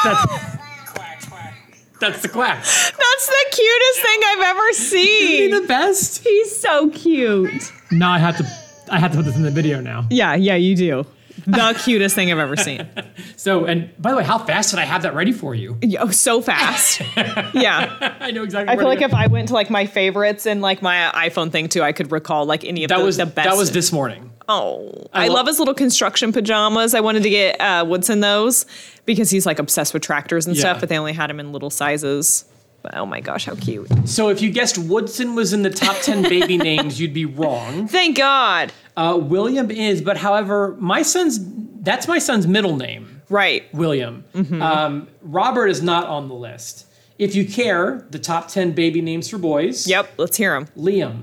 C: had a duck.
A: That's,
C: Quack, quack.
A: that's the quack.
B: That's the cutest thing I've ever seen.
A: the best.
B: He's so cute.
A: Now I have to I have to put this in the video now.
B: Yeah, yeah, you do. The cutest thing I've ever seen.
A: So and by the way, how fast did I have that ready for you?
B: Yeah, Oh, so fast. Yeah.
A: I know exactly.
B: I feel like if I went to like my favorites and like my iPhone thing too, I could recall like any of
A: that
B: the,
A: was
B: the best.
A: that was this morning.
B: Oh, I,
A: lo-
B: love his little construction pajamas. I wanted to get uh, Woodson those because he's like obsessed with tractors and
A: Yeah.
B: stuff, but they only had him in little sizes. But oh my gosh, how cute!
A: So if you guessed Woodson was in the top ten baby names, you'd be wrong.
B: Thank God.
A: Uh, William is, but however, my son's that's my son's middle name.
B: Right.
A: William.
B: Mm-hmm.
A: Um, Robert is not on the list. If you care, the top 10 baby names for boys.
B: Yep. Let's hear him.
A: Liam,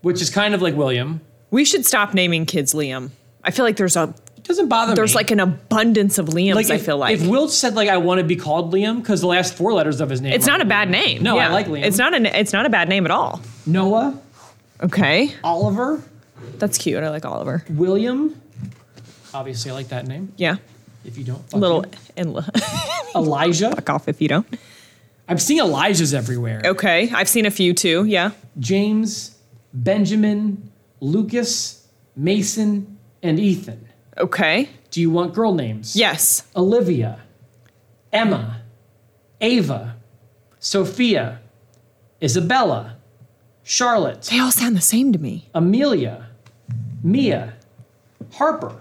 A: which is kind of like William.
B: We should stop naming kids Liam. I feel like there's a
A: It doesn't bother me.
B: there's like an abundance of Liams.
A: Like,
B: I
A: if-
B: feel like
A: If Will said, like, I want to be called Liam, because the last four letters of his name.
B: it's
A: are
B: not a bad
A: Liam.
B: name.
A: No,
B: Yeah.
A: I like Liam.
B: It's not a it's not a bad name at all.
A: Noah,
B: Okay,
A: Oliver,
B: that's cute. I like Oliver.
A: William. Obviously, I like that name.
B: Yeah,
A: If you don't, fuck
B: little
A: you.
B: and li-
A: Elijah.
B: fuck Oh. off if you don't.
A: I'm seeing Elijahs everywhere.
B: Okay, I've seen a few too. Yeah.
A: James, Benjamin, Lucas, Mason, and Ethan.
B: Okay.
A: Do you want girl names?
B: Yes.
A: Olivia, Emma, Ava, Sophia, Isabella, Charlotte,
B: They all sound the same to me.
A: Amelia, Mia, Harper,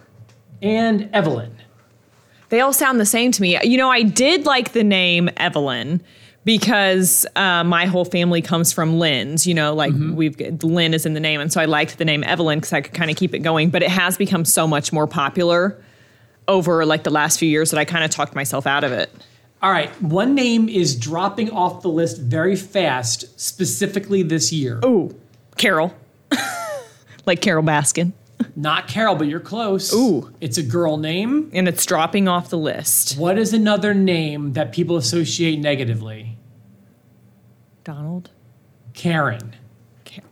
A: and Evelyn.
B: They all sound the same to me. You know, I did like the name Evelyn because uh, my whole family comes from Lynn's. You know, like we've Lynn is in the name, and so I liked the name Evelyn because I could kind of keep it going. But it has become so much more popular over like the last few years that I kind of talked myself out of it.
A: All right, one name is dropping off the list very fast, specifically this year.
B: Ooh, Carol, like Carol Baskin,
A: Not Carol, but you're close.
B: Ooh.
A: It's a girl name.
B: and it's dropping off the list.
A: What is another name that people associate negatively?
B: Donald,
A: Karen.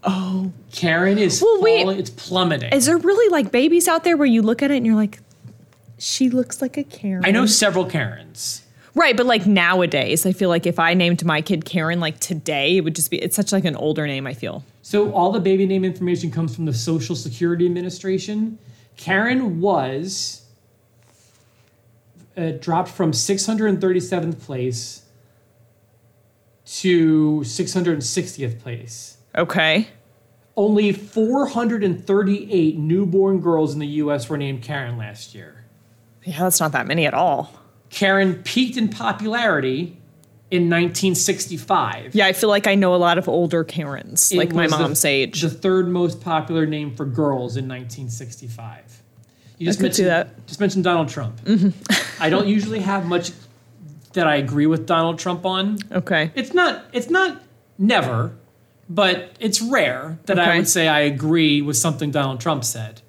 B: oh,
A: Karen is
B: Well, wait.
A: falling. It's plummeting.
B: is there really like babies out there where you look at it and you're like, she looks like a Karen?
A: I know several Karens.
B: Right, but like nowadays, I feel like if I named my kid Karen like today, it would just be it's such like an older name, I feel.
A: So all the baby name information comes from the Social Security Administration. Karen was uh, dropped from 637th place to 660th place.
B: Okay.
A: Only 438 newborn girls in the U.S. were named Karen last year.
B: Yeah, that's not that many at all.
A: Karen peaked in popularity in 1965.
B: Yeah, I feel like I know a lot of older Karens,
A: It
B: like my
A: was the-
B: mom's age.
A: The third most popular name for girls in 1965. You just
B: could see
A: mentioned
B: that. Mm-hmm.
A: Just mentioned Donald Trump. I don't usually have much that I agree with Donald Trump on.
B: okay.
A: It's not. It's not never, but it's rare that I
B: Okay.
A: would say I agree with something Donald Trump said.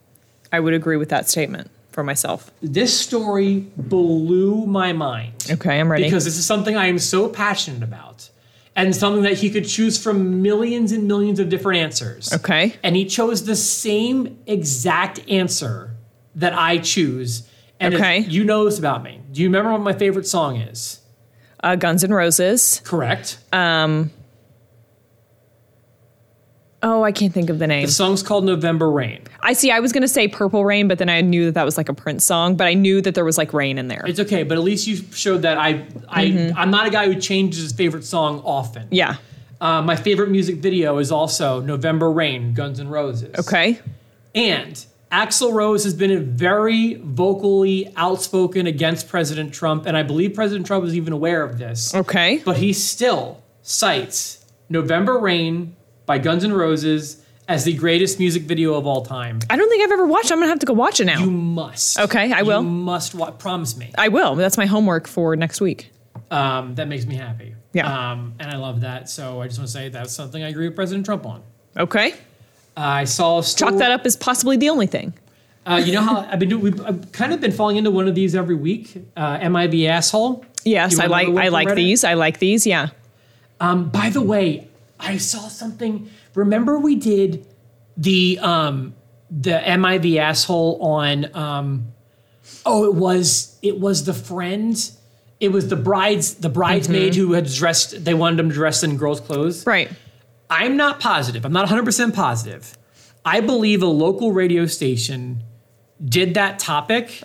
B: I would agree with that statement for myself.
A: This story blew my mind.
B: Okay, I'm ready.
A: Because this is something I am so passionate about and something that he could choose from millions and millions of different answers.
B: Okay.
A: And he chose the same exact answer that I choose. And if-
B: Okay.
A: you know this about me. Do you remember what my favorite song is?
B: uh, Guns N' Roses.
A: Correct.
B: Oh, I can't think of the name.
A: the song's called November Rain.
B: I see. I was gonna say Purple Rain, but then I knew that that was like a Prince song. But I knew that there was like rain in there.
A: It's okay, but at least you showed that I, I I'm not a guy who changes his favorite song often.
B: Mm-hmm. yeah.
A: Uh, my favorite music video is also November Rain, Guns N' Roses.
B: Okay.
A: And Axl Rose has been very vocally outspoken against President Trump, and I believe President Trump is even aware of this.
B: Okay.
A: But he still cites November Rain by Guns N' Roses as the greatest music video of all time.
B: I don't think I've ever watched. it. I'm gonna have to go watch it now.
A: You must.
B: Okay, I
A: You
B: will.
A: must wa- promise me.
B: I will. That's my homework for next week.
A: Um, that makes me happy.
B: Yeah.
A: Um, and I love that. So I just want to say that's something I agree with President Trump on.
B: Okay.
A: I saw a story.
B: Chalk that up as possibly the only thing.
A: Uh, you know how I've been doing? We've I've kind of been falling into one of these every week. Uh, MIB asshole.
B: Yes,
A: You
B: I
A: want
B: like
A: another one
B: I
A: from
B: like
A: Reddit?
B: these. I like these. Yeah.
A: Um, by the way, I saw something. Remember we did the um, the MIB asshole on. Um, oh, it was it was the friend. It was the bride's the bridesmaid who had dressed. They wanted him dressed in girls' clothes.
B: Right.
A: I'm not positive. I'm not 100% positive. I believe a local radio station did that topic,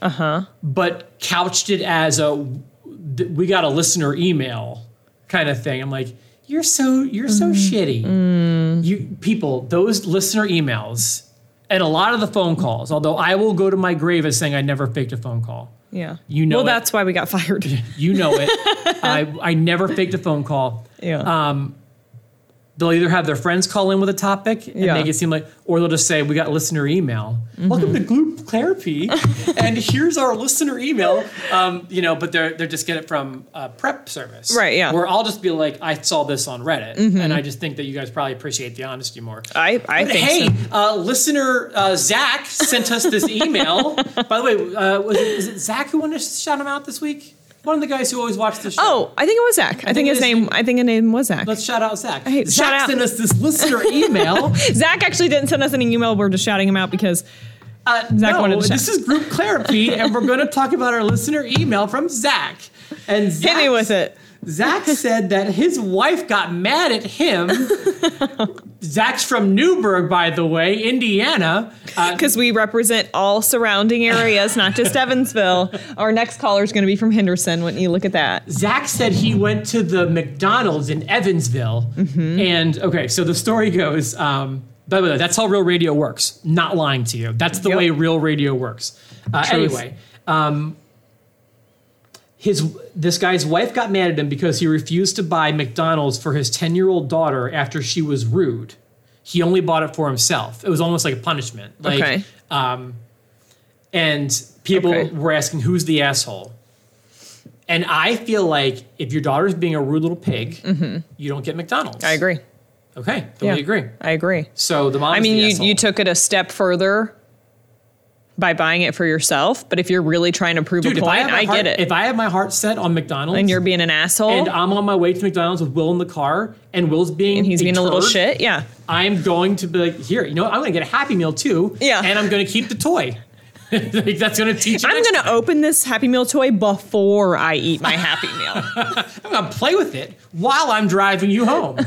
A: but couched it as a th- we got a listener email kind of thing. I'm like, you're so you're so shitty. You people, those listener emails and a lot of the phone calls. Although I will go to my grave as saying I never faked a phone call.
B: Yeah.
A: You know
B: Well,
A: it.
B: that's why we got fired.
A: You know it. I I never faked a phone call
B: yeah.
A: they'll either have their friends call in with a topic and
B: Yeah. Mm-hmm.
A: make it seem like, or they'll just say, "We got listener email. Welcome to Gloop Therapy, and here's our listener email." Um, you know, but they're they're just get it from a prep service,
B: Right, yeah.
A: Where I'll just be like, "I saw this on Reddit, and I just think that you guys probably appreciate the honesty more."
B: I I think
A: Hey,
B: so.
A: uh, listener uh, Zach sent us this email. By the way, uh, was it, is it Zach who wanted to shout him out this week? One of the guys who always watched the show.
B: Oh, I think it was Zach. I, think,
A: it
B: his
A: is-
B: name. I think his name was Zach.
A: Let's shout out Zach.
B: Hey,
A: Zach
B: shout out.
A: sent us this listener email.
B: Zach actually didn't send us any email. We're just shouting him out because
A: Uh,
B: Zach
A: no,
B: wanted to
A: this
B: shout.
A: is group therapy, and we're going to talk about our listener email from Zach. And Zach,
B: hit me with it.
A: Zach said that his wife got mad at him. Zach's from Newburgh, by the way, Indiana. Uh,
B: Because we represent all surrounding areas, not just Evansville. Our next caller is going to be from Henderson. Wouldn't you look at that?
A: Zach said he went to the McDonald's in Evansville.
B: Mm-hmm.
A: And okay, so the story goes um, by the way, that's how real radio works. Not lying to you. That's the
B: Yep.
A: way real radio works. Uh,
B: Truth.
A: anyway, um, his, this guy's wife got mad at him because he refused to buy McDonald's for his 10 year old daughter after she was rude. He only bought it for himself. It was almost like a punishment. Like,
B: Okay.
A: um, and people
B: Okay.
A: were asking, who's the asshole? And I feel like if your daughter's being a rude little pig, you don't get McDonald's.
B: Mm-hmm. I agree.
A: Okay, then we agree.
B: I agree.
A: So the mom.
B: I
A: is
B: mean,
A: the
B: you,
A: asshole.
B: you took it a step further by buying it for yourself, but if you're really trying to prove
A: Dude,
B: a
A: if I, have
B: point,
A: my
B: I,
A: heart-
B: get it.
A: If I have my heart set on McDonald's
B: and you're being an asshole
A: and
B: and,
A: I'm on my way to McDonald's with Will in the car, and Will's being
B: he's being a little
A: turd,
B: shit, yeah.
A: I'm going to be like, here, you know, what? I'm going to get a Happy Meal too,
B: Yeah.
A: and I'm going to keep the toy. Like, that's going to teach. You
B: I'm
A: next-
B: going to open this Happy Meal toy before I eat my Happy Meal.
A: I'm going to play with it while I'm driving you home.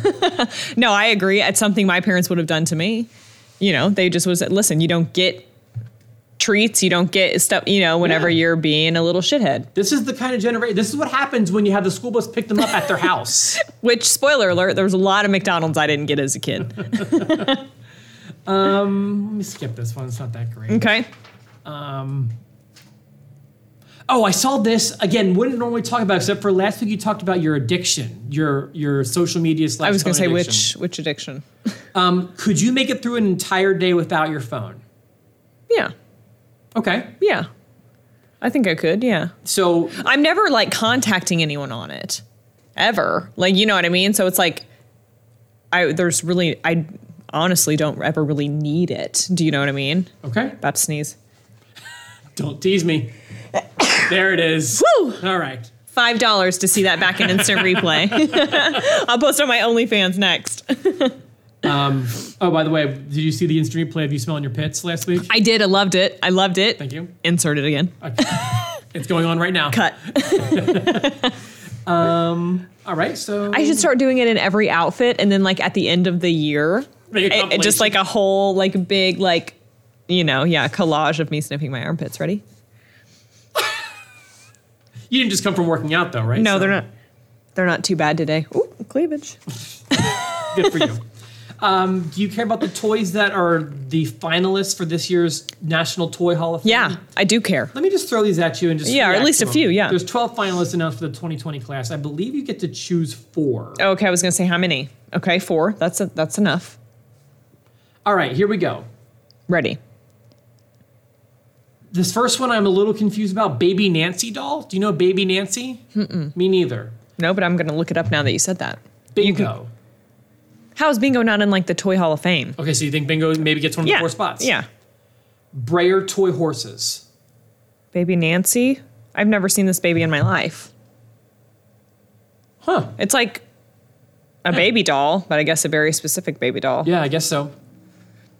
B: no, I agree. It's something my parents would have done to me. You know, they just was listen, you don't get treats, you don't get stuff, you know, whenever
A: Yeah.
B: you're being a little shithead.
A: this is the kind of generation. This is what happens when you have the school bus pick them up at their house.
B: Which, spoiler alert, there was a lot of McDonald's I didn't get as a kid.
A: Let me skip this one. It's not that great.
B: Okay.
A: Oh, I saw this again. Wouldn't normally talk about, it, except for last week you talked about your addiction, your your social media slash.
B: I was going to
A: phone
B: say
A: addiction.
B: which which addiction.
A: Could you make it through an entire day without your phone?
B: Yeah.
A: Okay,
B: Yeah. I think I could. Yeah.
A: so
B: I'm never like contacting anyone on it ever. Like, you know what I mean? So it's like I there's really I honestly don't ever really need it. Do you know what I mean?
A: okay,
B: About to sneeze.
A: don't tease me. there it is.
B: Woo!
A: All right.
B: Five dollars to see that back in instant replay. I'll post on my OnlyFans next.
A: Oh, by the way, did you see the instant replay of you smelling your pits last week?
B: I did. I loved it. I loved it.
A: Thank you.
B: Insert it again.
A: It's going on right now.
B: Cut.
A: All right, so
B: I should start doing it in every outfit, and then like at the end of the year,
A: Make a
B: it- it
A: compilation.
B: just like a whole like big like, you know, yeah, collage of me sniffing my armpits. Ready?
A: you didn't just come from working out though, right?
B: No,
A: So,
B: they're not. They're not too bad today. Ooh, cleavage.
A: Good for you. Um, do you care about the toys that are the finalists for this year's National Toy Hall of Fame?
B: Yeah, I do care.
A: Let me just throw these at you and just
B: Yeah, or at
A: react
B: least
A: to
B: a
A: them.
B: few, yeah.
A: there's 12 finalists announced for the 2020 class. I believe you get to choose four.
B: Okay, I was gonna say how many? Okay, four. That's a, that's enough.
A: All right, here we go.
B: Ready?
A: This first one I'm a little confused about. Baby Nancy doll. Do you know Baby Nancy? Mm-mm. Me neither.
B: No, but I'm gonna look it up now that you said that.
A: Bingo.
B: How is Bingo not in like the Toy Hall of Fame?
A: Okay, so you think Bingo maybe gets one of
B: Yeah,
A: the four spots?
B: Yeah,
A: Brayer toy horses.
B: baby Nancy. I've never seen this baby in my life.
A: Huh.
B: It's like a baby doll, but I guess a very specific baby doll.
A: Yeah, I guess so.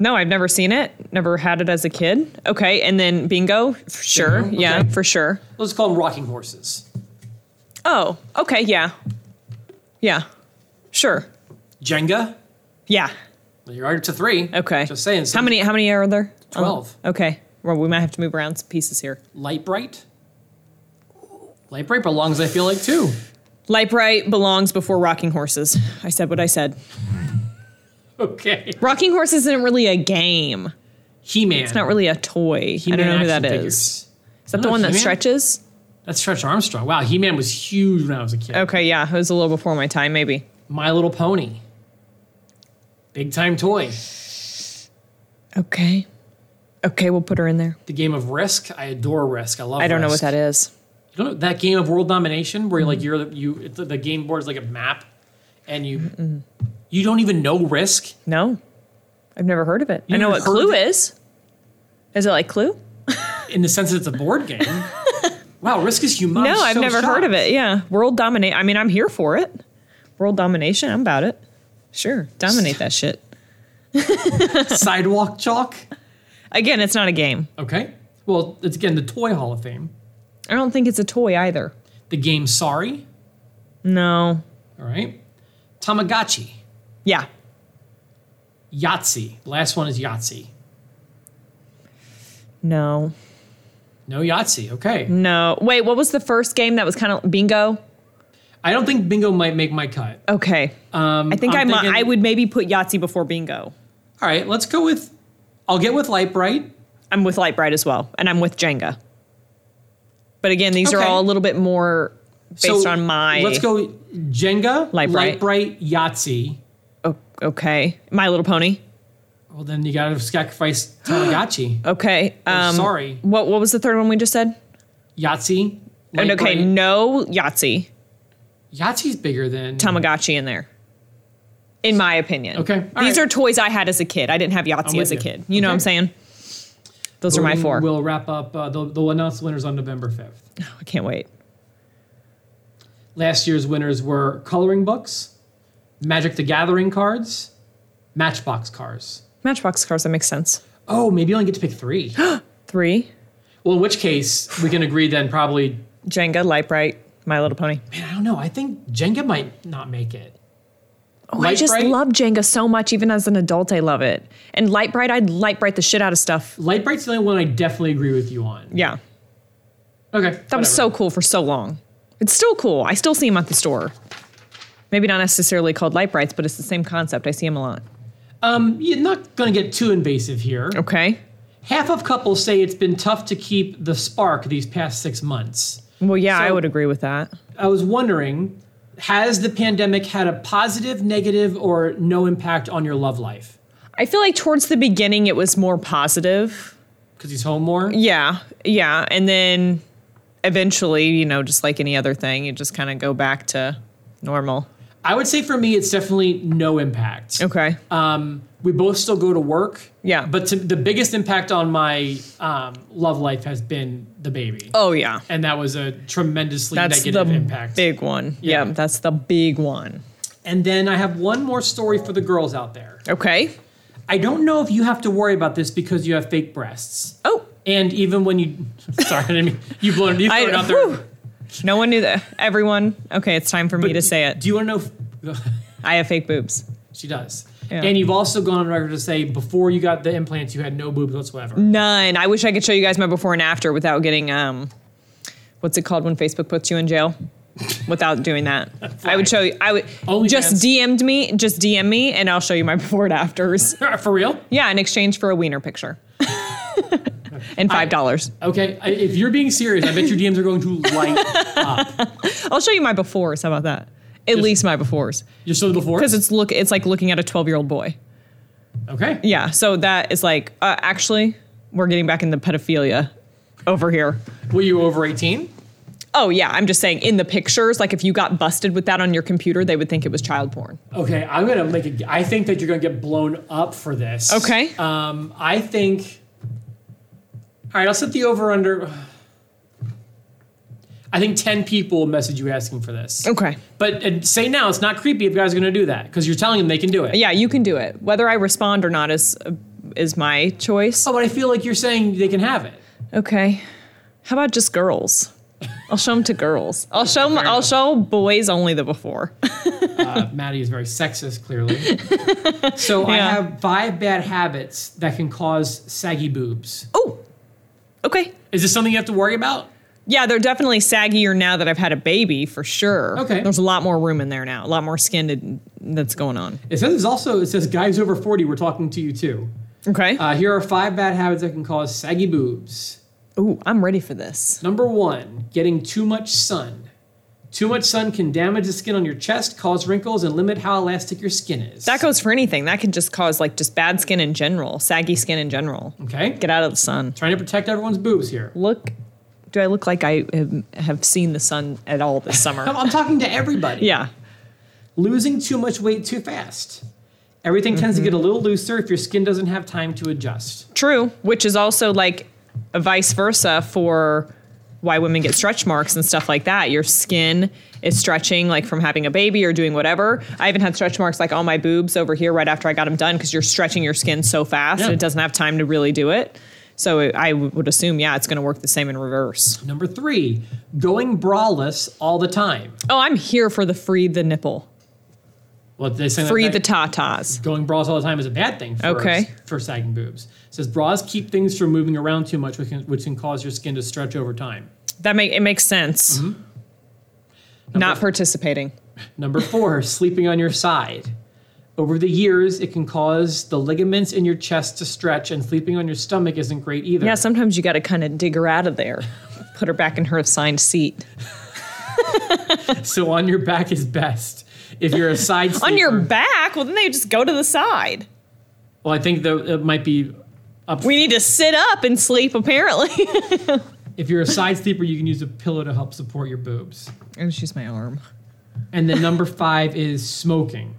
B: No, I've never seen it. Never had it as a kid. Okay, and then bingo, f- sure,
A: Bingo,
B: yeah,
A: okay.
B: for sure.
A: Let's call them rocking horses.
B: Oh, okay, yeah, yeah, sure,
A: Jenga.
B: yeah.
A: You're already to three.
B: Okay.
A: Just saying.
B: How many? How many are there?
A: 12.
B: Oh, okay. Well, we might have to move around some pieces here.
A: Light bright. Light bright belongs. I feel like too.
B: Light bright belongs before rocking horses. I said what I said.
A: Okay.
B: Rocking horses isn't really a game.
A: He-Man.
B: It's not really a toy.
A: He-Man
B: I don't know who that is.
A: figures.
B: Is that the
A: Oh,
B: one that
A: He-Man?
B: stretches?
A: That's Stretch Armstrong. Wow, He-Man was huge when I was a kid.
B: Okay, yeah, it was a little before my time, maybe.
A: My Little Pony. Big time toy.
B: Okay. Okay, we'll put her in there.
A: The game of Risk. I adore Risk. I love.
B: I don't know what that is. Mm-hmm.
A: You don't know that game of world domination where like you're the, you it's, the game board is like a map, and you
B: Mm-hmm.
A: you don't even know Risk.
B: No. I've never heard of it.
A: You
B: I know
A: never
B: what
A: heard
B: Clue
A: of it?
B: is. Is it like Clue?
A: in the sense that it's a board game. wow, Risk is humongous.
B: no, I've
A: so
B: never heard of
A: shocked.
B: it. Yeah. World dominate. I mean, I'm here for it. World domination, I'm about it. Sure. Dominate that shit.
A: Sidewalk chalk.
B: Again, it's not a game.
A: Okay. Well, it's again the Toy Hall of Fame.
B: I don't think it's a toy either.
A: The game Sorry.
B: No.
A: All right. Tamagotchi.
B: Yeah.
A: Yahtzee. The last one is Yahtzee.
B: No.
A: No Yahtzee. Okay.
B: No. Wait, what was the first game that was kind of bingo?
A: I don't think Bingo might make my cut.
B: Okay.
A: Um,
B: I think
A: I'm
B: I'm I,
A: thinking-
B: would maybe put Yahtzee before bingo.
A: All right. Let's go with. I'll get with Light Bright.
B: I'm with Light Bright as well, and I'm with Jenga. But again, these are
A: Okay.
B: all a little bit more based
A: So,
B: on my.
A: Let's go Jenga.
B: Light
A: Light Bright. Yahtzee.
B: O- Oh, okay, My Little Pony.
A: Well, then you gotta sacrifice Tamagotchi.
B: Okay. Um,
A: Oh, sorry.
B: What What was the third one we just said?
A: Yahtzee.
B: And
A: Light
B: okay,
A: Bright.
B: no Yahtzee,
A: Yahtzee's bigger than
B: Tamagotchi in there. In my opinion.
A: Okay, all
B: These
A: right.
B: are toys I had as a kid. I didn't have Yahtzee
A: with
B: as a
A: you.
B: kid. You know what I'm
A: Okay.
B: saying? Those are my four.
A: We'll wrap up. Uh, they'll, they'll announce the winners on November 5th.
B: I can't wait.
A: Last year's winners were coloring books, Magic the Gathering cards, Matchbox cars.
B: Matchbox cars. That makes sense.
A: Oh, maybe you only get to pick three.
B: Three.
A: well, in which case, we can agree then probably,
B: Jenga, Light Bright, My Little Pony.
A: man, I don't know. I think Jenga might not make it.
B: Oh, I just
A: Lightbright?
B: love Jenga so much. Even as an adult, I love it. And Light Bright, I'd Light Bright the shit out of stuff.
A: Light Bright's the only one I definitely agree with you on.
B: Yeah.
A: Okay.
B: That was so cool for so long. It's still cool. I still see them at the store. Maybe not necessarily called Light Brights, but it's the same concept. I see them a lot.
A: Um, you're not going to get too invasive here.
B: Okay.
A: Half of couples say it's been tough to keep the spark these past six months.
B: Well, yeah, I
A: So-
B: would agree with that.
A: I was wondering, has the pandemic had a positive, negative, or no impact on your love life?
B: I feel like towards the beginning, it was more positive.
A: Because he's home more.
B: Yeah. Yeah. And then eventually, you know, just like any other thing, you just kind of go back to normal.
A: I would say for me, it's definitely no impact.
B: Okay.
A: Um, we both still go to work.
B: Yeah.
A: But to, the biggest impact on my um, love life has been the baby.
B: oh, yeah.
A: And that was a tremendously
B: That's
A: negative
B: the
A: impact.
B: big one.
A: Yeah.
B: yeah. That's the big one.
A: And then I have one more story for the girls out there.
B: Okay.
A: I don't know if you have to worry about this because you have fake breasts.
B: Oh,
A: And even when you, sorry, I didn't mean, you blown it, you throw
B: I-
A: it out there.
B: whew. no one knew that. Everyone. Okay, it's time for me to say it.
A: Do you want to know? If,
B: I have fake boobs.
A: she does.
B: Yeah.
A: And you've also gone on record to say before you got the implants, you had no boobs whatsoever.
B: None. I wish I could show you guys my before and after without getting um, what's it called when Facebook puts you in jail? Without doing that, I would show you. I would
A: Only
B: just
A: fans.
B: DM'd me, just DM me, and I'll show you my before and afters.
A: For real?
B: Yeah, in exchange for a wiener picture and five dollars.
A: Okay. I- If you're being serious, I bet your DMs are going to light.
B: I'll show you my befores. How about that? At least my befores,
A: You're still before?
B: because it's look. It's like looking at a twelve-year-old boy.
A: Okay.
B: Yeah, so that is like uh, actually we're getting back into pedophilia over here.
A: Were you over 18?
B: Oh yeah, I'm just saying in the pictures, like if you got busted with that on your computer, they would think it was child porn.
A: Okay. I'm going to make a, I think that you're going to get blown up for this.
B: Okay.
A: Um, I think, all right, I'll set the over under. I think 10 people will message you asking for this.
B: Okay.
A: But uh, say now, it's not creepy if guys are going to do that because you're telling them they can do it.
B: Yeah, you can do it. Whether I respond or not is is my choice.
A: Oh, but I feel like you're saying they can have it.
B: Okay. How about just girls? I'll show them to girls. I'll show 'em- I'll show boys only the before.
A: Uh, Maddie is very sexist, clearly. so I
B: Yeah.
A: have five bad habits that can cause saggy boobs.
B: oh. Okay.
A: Is this something you have to worry about?
B: Yeah, they're definitely saggier now that I've had a baby for sure.
A: Okay.
B: There's a lot more room in there now. A lot more skin to, that's going on.
A: It says it's also it says guys over 40. We're talking to you too.
B: Okay.
A: Uh, here are five bad habits that can cause saggy boobs.
B: Ooh, I'm ready for this.
A: Number one, getting too much sun. Too much sun can damage the skin on your chest, cause wrinkles, and limit how elastic your skin is.
B: That goes for anything. That could just cause like just bad skin in general, saggy skin in general.
A: okay.
B: Get out of the sun.
A: Trying to protect everyone's boobs here.
B: Look, do I look like I have- have seen the sun at all this
A: I'm,
B: summer?
A: I'm talking to everybody.
B: yeah.
A: Losing too much weight too fast. Everything tends to
B: Mm-hmm.
A: get a little looser if your skin doesn't have time to adjust.
B: True, which is also like a vice versa for why women get stretch marks and stuff like that. Your skin is stretching like from having a baby or doing whatever. I even had stretch marks like on my boobs over here right after I got them done because you're stretching your skin so fast
A: Yeah.
B: and it doesn't have time to really do it. So it, I w- would assume, yeah, it's going to work the same in reverse.
A: Number three, going braless all the time.
B: Oh, I'm here for the free the nipple,
A: What they say
B: free
A: that,
B: the tatas.
A: going bras all the time is a bad thing for,
B: Okay.
A: for sagging boobs. It says bras keep things from moving around too much, which can, which can cause your skin to stretch over time.
B: That make it makes sense.
A: Mm-hmm.
B: Not participating.
A: Number four, sleeping on your side. Over the years, it can cause the ligaments in your chest to stretch, and sleeping on your stomach isn't great either.
B: Yeah, sometimes you got to kind of dig her out of there, put her back in her assigned seat.
A: So on your back is best. If you're a side sleeper,
B: on your back. Well, then they just go to the side.
A: well, I think though it might be.
B: We need to sit up and sleep, apparently.
A: If you're a side sleeper, you can use a pillow to help support your boobs.
B: And she's my arm.
A: And then number five is smoking.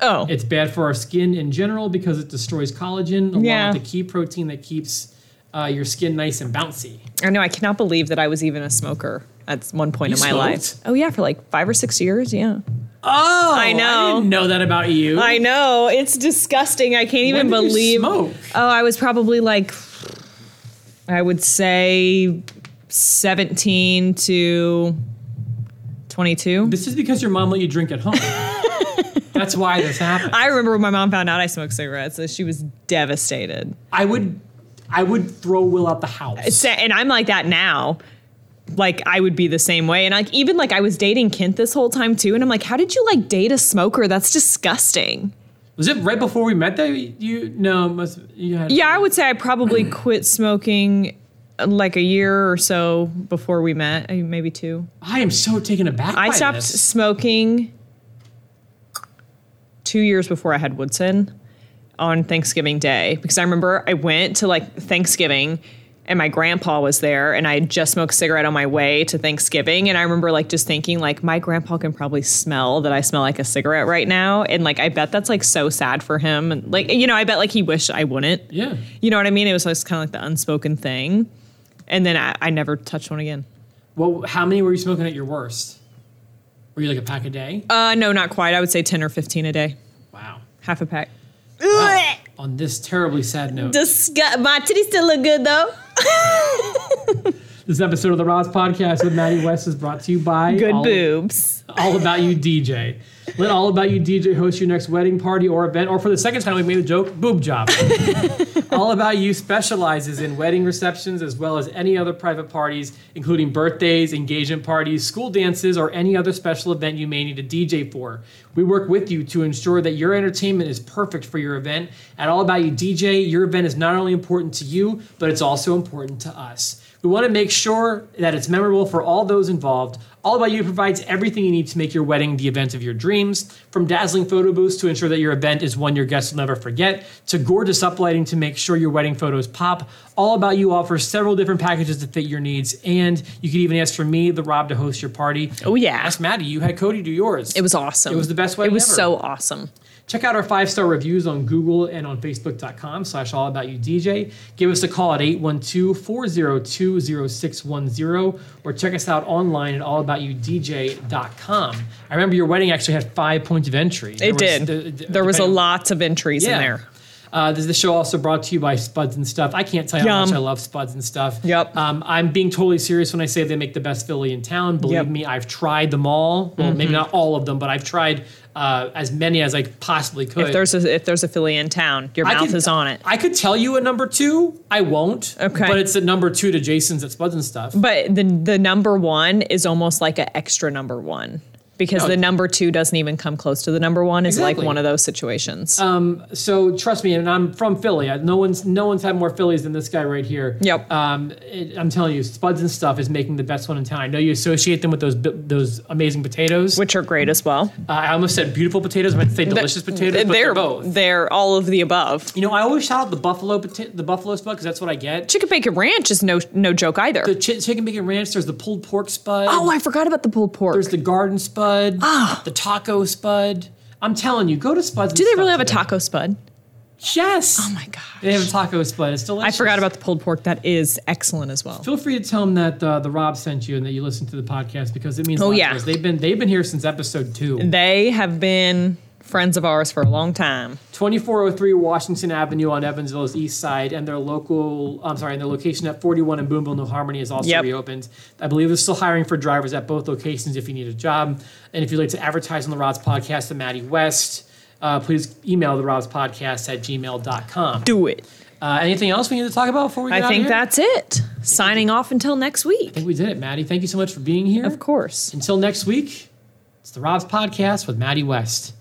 B: Oh,
A: It's bad for our skin in general because it destroys collagen, along
B: Yeah.
A: with the key protein that keeps uh, your skin nice and bouncy.
B: I know I cannot believe that I was even a smoker at one point
A: You
B: in my life.
A: smoked?
B: Oh yeah, for like five or six years. Yeah,
A: Oh,
B: I know.
A: I didn't know that about you.
B: I know it's disgusting. I can't
A: When
B: even
A: did you
B: believe.
A: smoke?
B: Oh, I was probably like, I would say, seventeen to twenty-two.
A: This is because your mom let you drink at home. That's why this happened.
B: I remember when my mom found out I smoked cigarettes, so she was devastated.
A: I would, I would throw Will out the house.
B: So- and I'm like that now. Like I would be the same way, and like even like I was dating Kent this whole time too, and I'm like, how did you like date a smoker? That's disgusting.
A: Was it right before we met that you? No, must you had.
B: Yeah, I would say I probably quit smoking uh, like a year or so before we met, uh, maybe two.
A: I am so taken aback.
B: I
A: by
B: stopped
A: this.
B: smoking two years before I had Woodson on Thanksgiving Day because I remember I went to like Thanksgiving and my grandpa was there and I had just smoked a cigarette on my way to Thanksgiving and I remember like just thinking like my grandpa can probably smell that I smell like a cigarette right now and like I bet that's like so sad for him and like you know I bet like he wished I wouldn't
A: Yeah.
B: you know what I mean? It was just kind of like the unspoken thing. And then I, I never touched one again.
A: Well, how many were you smoking at your worst? Were you like a pack a day?
B: Uh, no, not quite. I would say 10 or 15 a day,
A: wow.
B: half a pack.
A: Wow. On this terribly sad note,
B: Disgu- my titties still look good though.
A: this episode of the Roz Podcast with Maddie West is brought to you by
B: Good
A: all,
B: boobs.
A: all About You DJ. Let All About You DJ host your next wedding party or event, or for the second time we made a joke, boob job. All About You specializes in wedding receptions as well as any other private parties, including birthdays, engagement parties, school dances, or any other special event you may need a DJ for. We work with you to ensure that your entertainment is perfect for your event. At All About You DJ, your event is not only important to you, but it's also important to us. We want to make sure that it's memorable for all those involved. All About You provides everything you need to make your wedding the event of your dreams, from dazzling photo booths to ensure that your event is one your guests will never forget, to gorgeous uplighting to make sure your wedding photos pop. All About You offers several different packages to fit your needs, and you could even ask for me, the Rob, to host your party.
B: Oh, yeah.
A: Ask Maddie. You had Cody do yours.
B: It was awesome.
A: It was the best wedding
B: It was
A: ever.
B: so awesome.
A: Check out our five-star reviews on Google and on Facebook.com slash all about you DJ. Give us a call at 812-402-0610 or check us out online at allaboutyoudj.com. I remember your wedding actually had five points of entry.
B: It did. there was a
A: depending-
B: lot of entries in
A: Yeah.
B: there.
A: Uh, this is the show also brought to you by Spuds and Stuff. I can't tell you how
B: Yum.
A: much I love Spuds and Stuff.
B: Yep.
A: Um, I'm being totally serious when I say they make the best Philly in town. Believe
B: Yep. Mm-hmm.
A: me, I've tried them all. Well, maybe not all of them, but I've tried uh, as many as I possibly could.
B: If there's a if there's a Philly in town, your mouth
A: could-
B: is on it.
A: I could tell you a number two. I won't.
B: Okay.
A: But it's a number two to Jason's at Spuds and stuff.
B: But the the number one is almost like an extra number one because
A: No.
B: the number two doesn't even come close to the number one. It's
A: Exactly. Um,
B: like one of those situations.
A: So trust me, and I'm from Philly. I- No one's no one's had more Phillies than this guy right here.
B: Yep.
A: Um, it- I'm telling you, Spuds and stuff is making the best one in town. I know you associate them with those bi- those amazing potatoes.
B: which are great as well.
A: uh, I almost said beautiful potatoes. I meant to say delicious potatoes. But they're, both.
B: They're all of the above.
A: You know, I always shout out the buffalo pota- the buffalo spud because that's what I get.
B: Chicken bacon ranch is no no joke either.
A: The chi- chicken bacon ranch. There's the pulled pork spud.
B: oh, I forgot about the pulled pork.
A: There's the garden spud, the taco spud. I'm telling you, go to Spuds.
B: Do they really have a taco spud?
A: Yes.
B: Oh my gosh.
A: They have a taco spud. It's
B: I
A: delicious.
B: forgot about the pulled pork. That is excellent as well.
A: Feel free to tell them that uh, the Rob sent you and that you listened to the podcast because it means. a
B: Oh,
A: lot to
B: yeah.
A: us. They've been they've been here since episode two.
B: They have been friends of ours for a long time.
A: 2403 Washington Avenue on Evansville's east side, and their local, I'm sorry, and their location at 41 and Boonville, New Harmony is also
B: Yep.
A: reopened. I believe they're still hiring for drivers at both locations if you need a job. And if you'd like to advertise on the Rob's podcast to Maddie West, uh, please email the Rob's podcast at gmail.com.
B: Do it.
A: Uh, anything else we need to talk about before we get
B: I
A: out
B: think
A: of here?
B: that's it. Signing off until next week.
A: I think we did it, Maddie. Thank you so much for being here.
B: Of course.
A: Until next week, it's the Rob's Podcast with Maddie West.